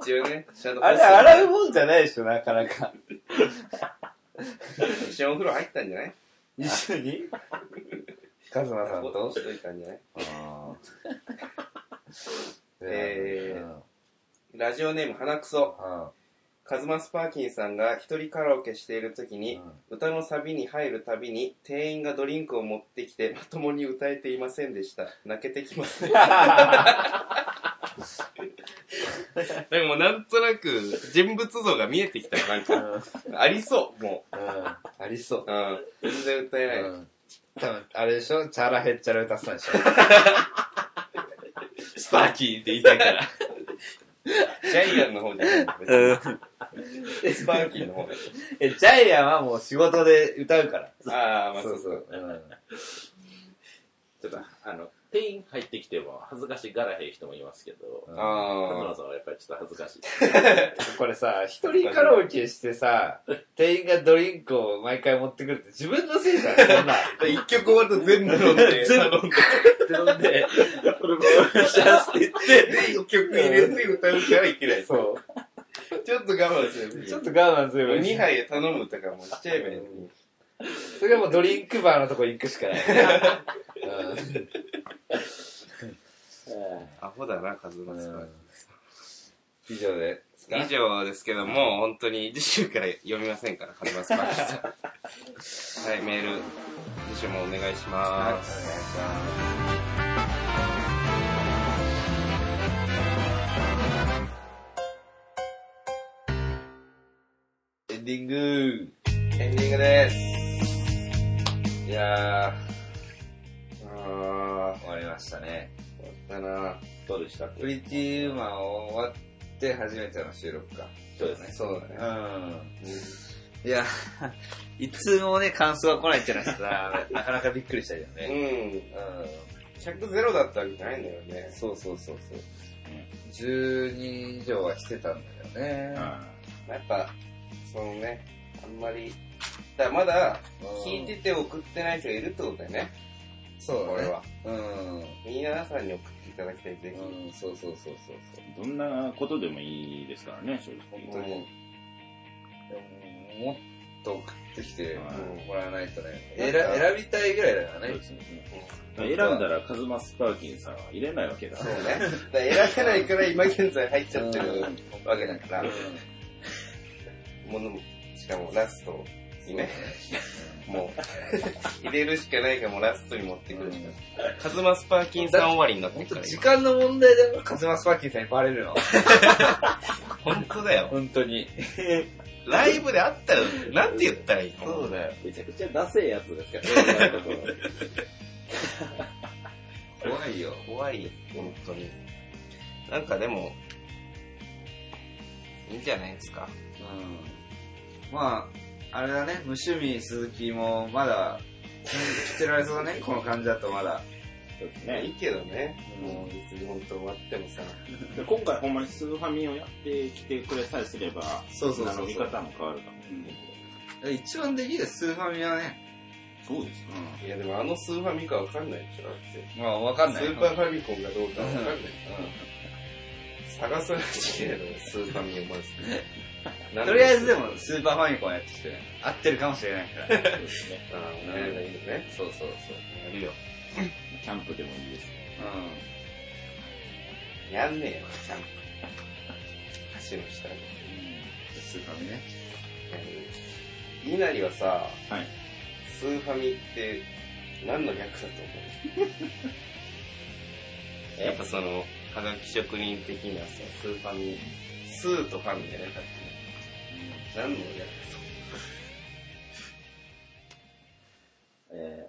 S2: 一応ねシャドウ
S3: あれ、洗うもんじゃないでしょ、なかなか。
S2: 一緒にお風呂入ったんじゃない
S3: 一緒にカズマさん
S2: どう
S3: と
S2: しといたんじゃない
S3: あー
S2: えー
S3: うん
S2: ラジオネーム花くそ
S3: うん
S2: カズマスパーキンさんが一人カラオケしている時に、歌のサビに入るたびに店員がドリンクを持ってきてまともに歌えていませんでした泣けてきます ねでもなんとなく人物像が見えてきたなん
S3: う
S2: か
S3: んうん
S2: ありそうも、
S3: ありそう
S2: うん、全然歌え
S3: う。
S2: ない、
S3: うん多分あれでしょチャラヘッチャラ歌ってたでしょスパーキーって言いたいから。
S2: ジャイアンの方じゃないんだ別にスパーキーの方だし。
S3: え、ジャイアンはもう仕事で歌うから。
S2: ああ、まあそうそう。
S3: う。
S1: ちょっと、あの、店員入ってきても恥ずかしがらへん人もいますけど、
S3: うん
S1: 勝
S2: あ
S1: 村さんはやっぱりちょっと恥ずかしい。
S3: これさ、一人カラオケしてさ、店員がドリンクを毎回持ってくるって自分のせいじゃん、そんな。
S2: あ。一曲終わると全部飲んで、
S1: 全部飲んで、飲んで、これもおしゃって言って、
S2: で、一曲入れて歌うからいけない。
S3: そ
S2: ちょっと我慢する
S3: う。。ちょっと我慢すればい
S2: 2
S3: い。
S2: 杯頼むとかもうしちゃえばいいのに。
S3: それはもうドリンクバーのとこ行くしかない。うん
S2: アホだな、カズマス
S3: うん以上で。
S2: 以上ですけども、本当に次週から読みませんから、カズマ スパーキさん。はい、メール、次週もお願いし
S3: はいお願
S2: ま
S3: いし
S2: す。
S3: ます。エンディング
S2: エンディングです。いやー、あ
S3: 終わりましたね。
S2: ー、終わったな
S1: どうでした
S3: プリティウーマン終わって初めての収録か。
S1: そうですね。
S2: そうだね。
S3: ん。いや、いつもね、感想が来ないってのはさ、なかなかびっくりしたけどね。
S2: うん。
S3: う
S2: 100ゼロだったわけじゃないんだよね
S3: ん。。そうそうそうそう。10人以上は来てたんだよね。
S2: やっぱ、そのね、あんまり、だからまだ、聞いてて送ってない人がいるってことだよね。
S3: そう
S2: こ
S3: だ
S2: れ
S3: ね。
S2: は。
S3: うん。
S2: 皆さんに送っていただきたい、ぜひ。
S3: うん、そうそうそうそうそう。
S1: どんなことでもいいですからね、正
S3: 本
S1: 直。
S3: 当に。でももっと送ってきてもらわないとね。
S2: うん
S3: 選選びたいぐらいだから
S1: そう
S3: ね
S1: で。すね。選んだらカズマスパーキンさんは入れないわけだ。
S2: そうね。だから選べないから今現在入っちゃってるわけだから、ものも、しかもラストにね、もう、入れるしかないからもうラストに持ってくるしかない。カズマスパーキンさん終わりになって
S3: 本
S2: く
S3: 当
S2: から
S3: 時間の問題だよ。カズマスパーキンさんにバレるの。
S2: 今本当だよ。
S3: 本当に。
S2: ライブで会ったら、なんて言ったらいいの
S3: だよ。
S1: めちゃくちゃダセえやつですから ね。
S3: 怖いよ。
S2: 怖いよ、本当に。なんかでも、いいんじゃないですか。
S3: うん。まあ、あれだね、無趣味鈴木もまだ、来てられそうだね、この感じだとまだ。
S1: そうです
S2: い
S1: ね
S2: いけどね、
S3: うん
S2: もう別に本当終わってもさ、
S1: で今回ほんまにスーファミをやってきてくれさえすれば、
S3: そうそうそうそう
S1: 飲み方も変わるかも。
S3: 一番できるスーファミはね、
S1: そうですね。
S2: いやでもあのスーファミかわかんないでしょ、だって。
S3: まあわかんない。
S2: スーパーファミコンがどうかわかんない。探すらしいけど、スーファミ をまず。
S3: うんとりあえずでも、スーパーファミコンやってきてね、合ってるかもしれないから。
S1: そうですね。
S2: ああ、お前がいいよね。
S3: そうそうそう。
S2: やるよ。
S1: キャンプでもいいです。
S3: う
S2: やんねえよ、ちゃんと。橋の下に。
S3: ん。スーファミね。
S2: いなりはさ、
S1: はい
S2: スーファミって何の略だと思う やっぱその、はがき職人的なさ、スーファミ、スーとファミじゃなかったね。何の略だと思
S1: えー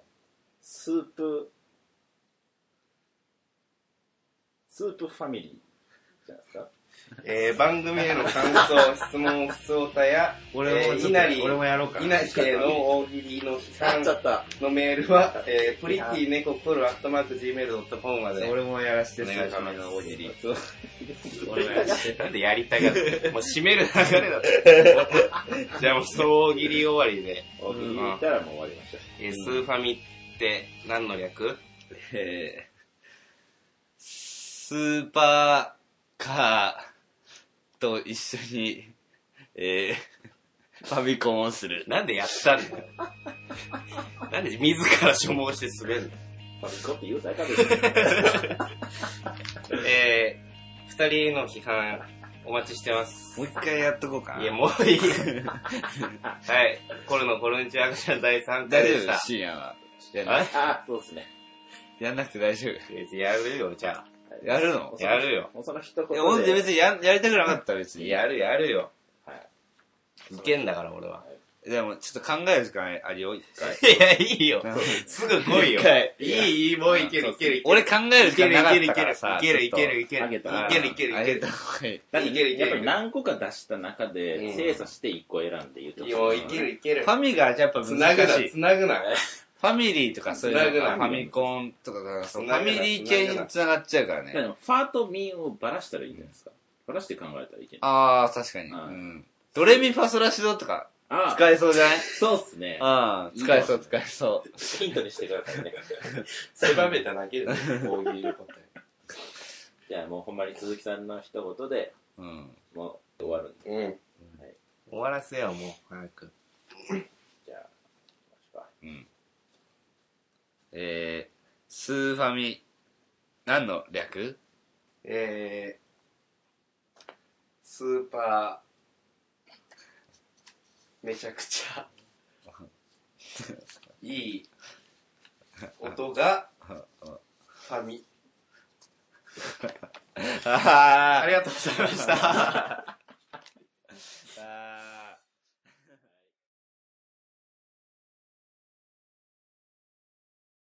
S1: スープ、スープファミリーじゃないですか。
S2: うえー、番組への感 想、質問、普通歌や、
S3: 俺も
S2: えー、
S3: ち
S2: い
S3: ょっ
S2: な
S3: と、
S2: り、
S3: 俺もやろうか
S2: い
S3: な。
S2: なりへの大喜利の批
S1: やっ
S2: 判
S1: ちゃった。
S2: のメールは、えー、プリティネココルアットマーク Gmail.com まで。
S3: 俺もやらして、
S2: お願いします
S3: スーファミの大喜利。
S1: そう
S3: 俺もやらして。
S2: なんでやりたがるもう締める流れだった。じゃあもう総切り終わりで。
S1: 大喜利言ったらもう終わりました。
S2: えースーファミって何の略
S3: えースーパーカーと一緒に、えーファミコンをする。
S2: なんでやったんだよ。なんで自ら所望して滑るの
S1: ファミコンって言うたらあかんですね。
S2: えー、二人の批判お待ちしてます。
S3: もう一回やっとこうか
S2: いや、もういい。はい。コルのコルンチアカシャン第3回
S3: 大
S2: でし
S3: 丈夫
S2: た。
S3: 深夜は。やんな
S2: あ
S1: あー、そうですね。
S3: やんなくて大丈
S2: 別にやるよ、じゃ
S3: 夫。やるの
S2: あ。やるよ。
S1: もうその一言
S3: い
S1: で。
S3: や、ほんで別にやんやりたくなかったら別に。
S2: やるやるよ。
S1: はい。
S2: いけんだから、俺は。
S3: でも、ちょっと考える時間あるよ、一回。
S1: いや、いいよ。
S3: すぐ来いよ
S1: 一。回
S2: いい、いい、もういけるいけるいける。
S3: 俺考える時間なかったからさ。
S2: いけるいけるいける
S1: ちょ
S2: い
S1: っ
S2: け
S1: と
S2: るいけるいけるいけるいける。
S3: る。
S1: だって
S2: いけるいけ
S1: や
S2: る
S1: っぱり何個か出した中
S2: う
S1: で
S2: ん
S1: 精査して1個選んで言うと
S2: いやもういけるいける
S3: フ。ァミがやっぱ
S2: つなぐ
S3: 難
S2: な、
S3: しい。
S2: つなぐな。
S3: ファミリーとかそういうの
S2: つなぐ
S3: がフ
S2: な
S3: ァミコンとかが、フ
S2: つな
S3: ァ
S2: ぐな
S3: ミリー系に繋がっちゃうから
S1: いや
S3: ね。
S1: でもファーとミンをばらしたらいいんじゃないですかばらして考えたらいいけない
S3: ああ、確かに。う
S1: はい
S3: ん。ドレミファソラシドとか、
S1: あ
S3: 使えそうじゃない
S1: そうっすね
S3: ああ、使えそう、使えそう。
S1: ヒントにしてください ね
S2: 狭めただけで、ね、こういうこと。
S1: じゃあもうほんまに鈴木さんの一言で
S3: うん。
S1: もう終わるんで
S2: うん。
S1: はい
S2: 終わらせよう、もう、早く。
S1: じゃあ行きましょうか
S3: うん。えー、スーファミ、何の略
S2: えー、スーパー、めちゃくちゃ、いい音が、ファミ。
S3: あ
S2: ありがとうございました。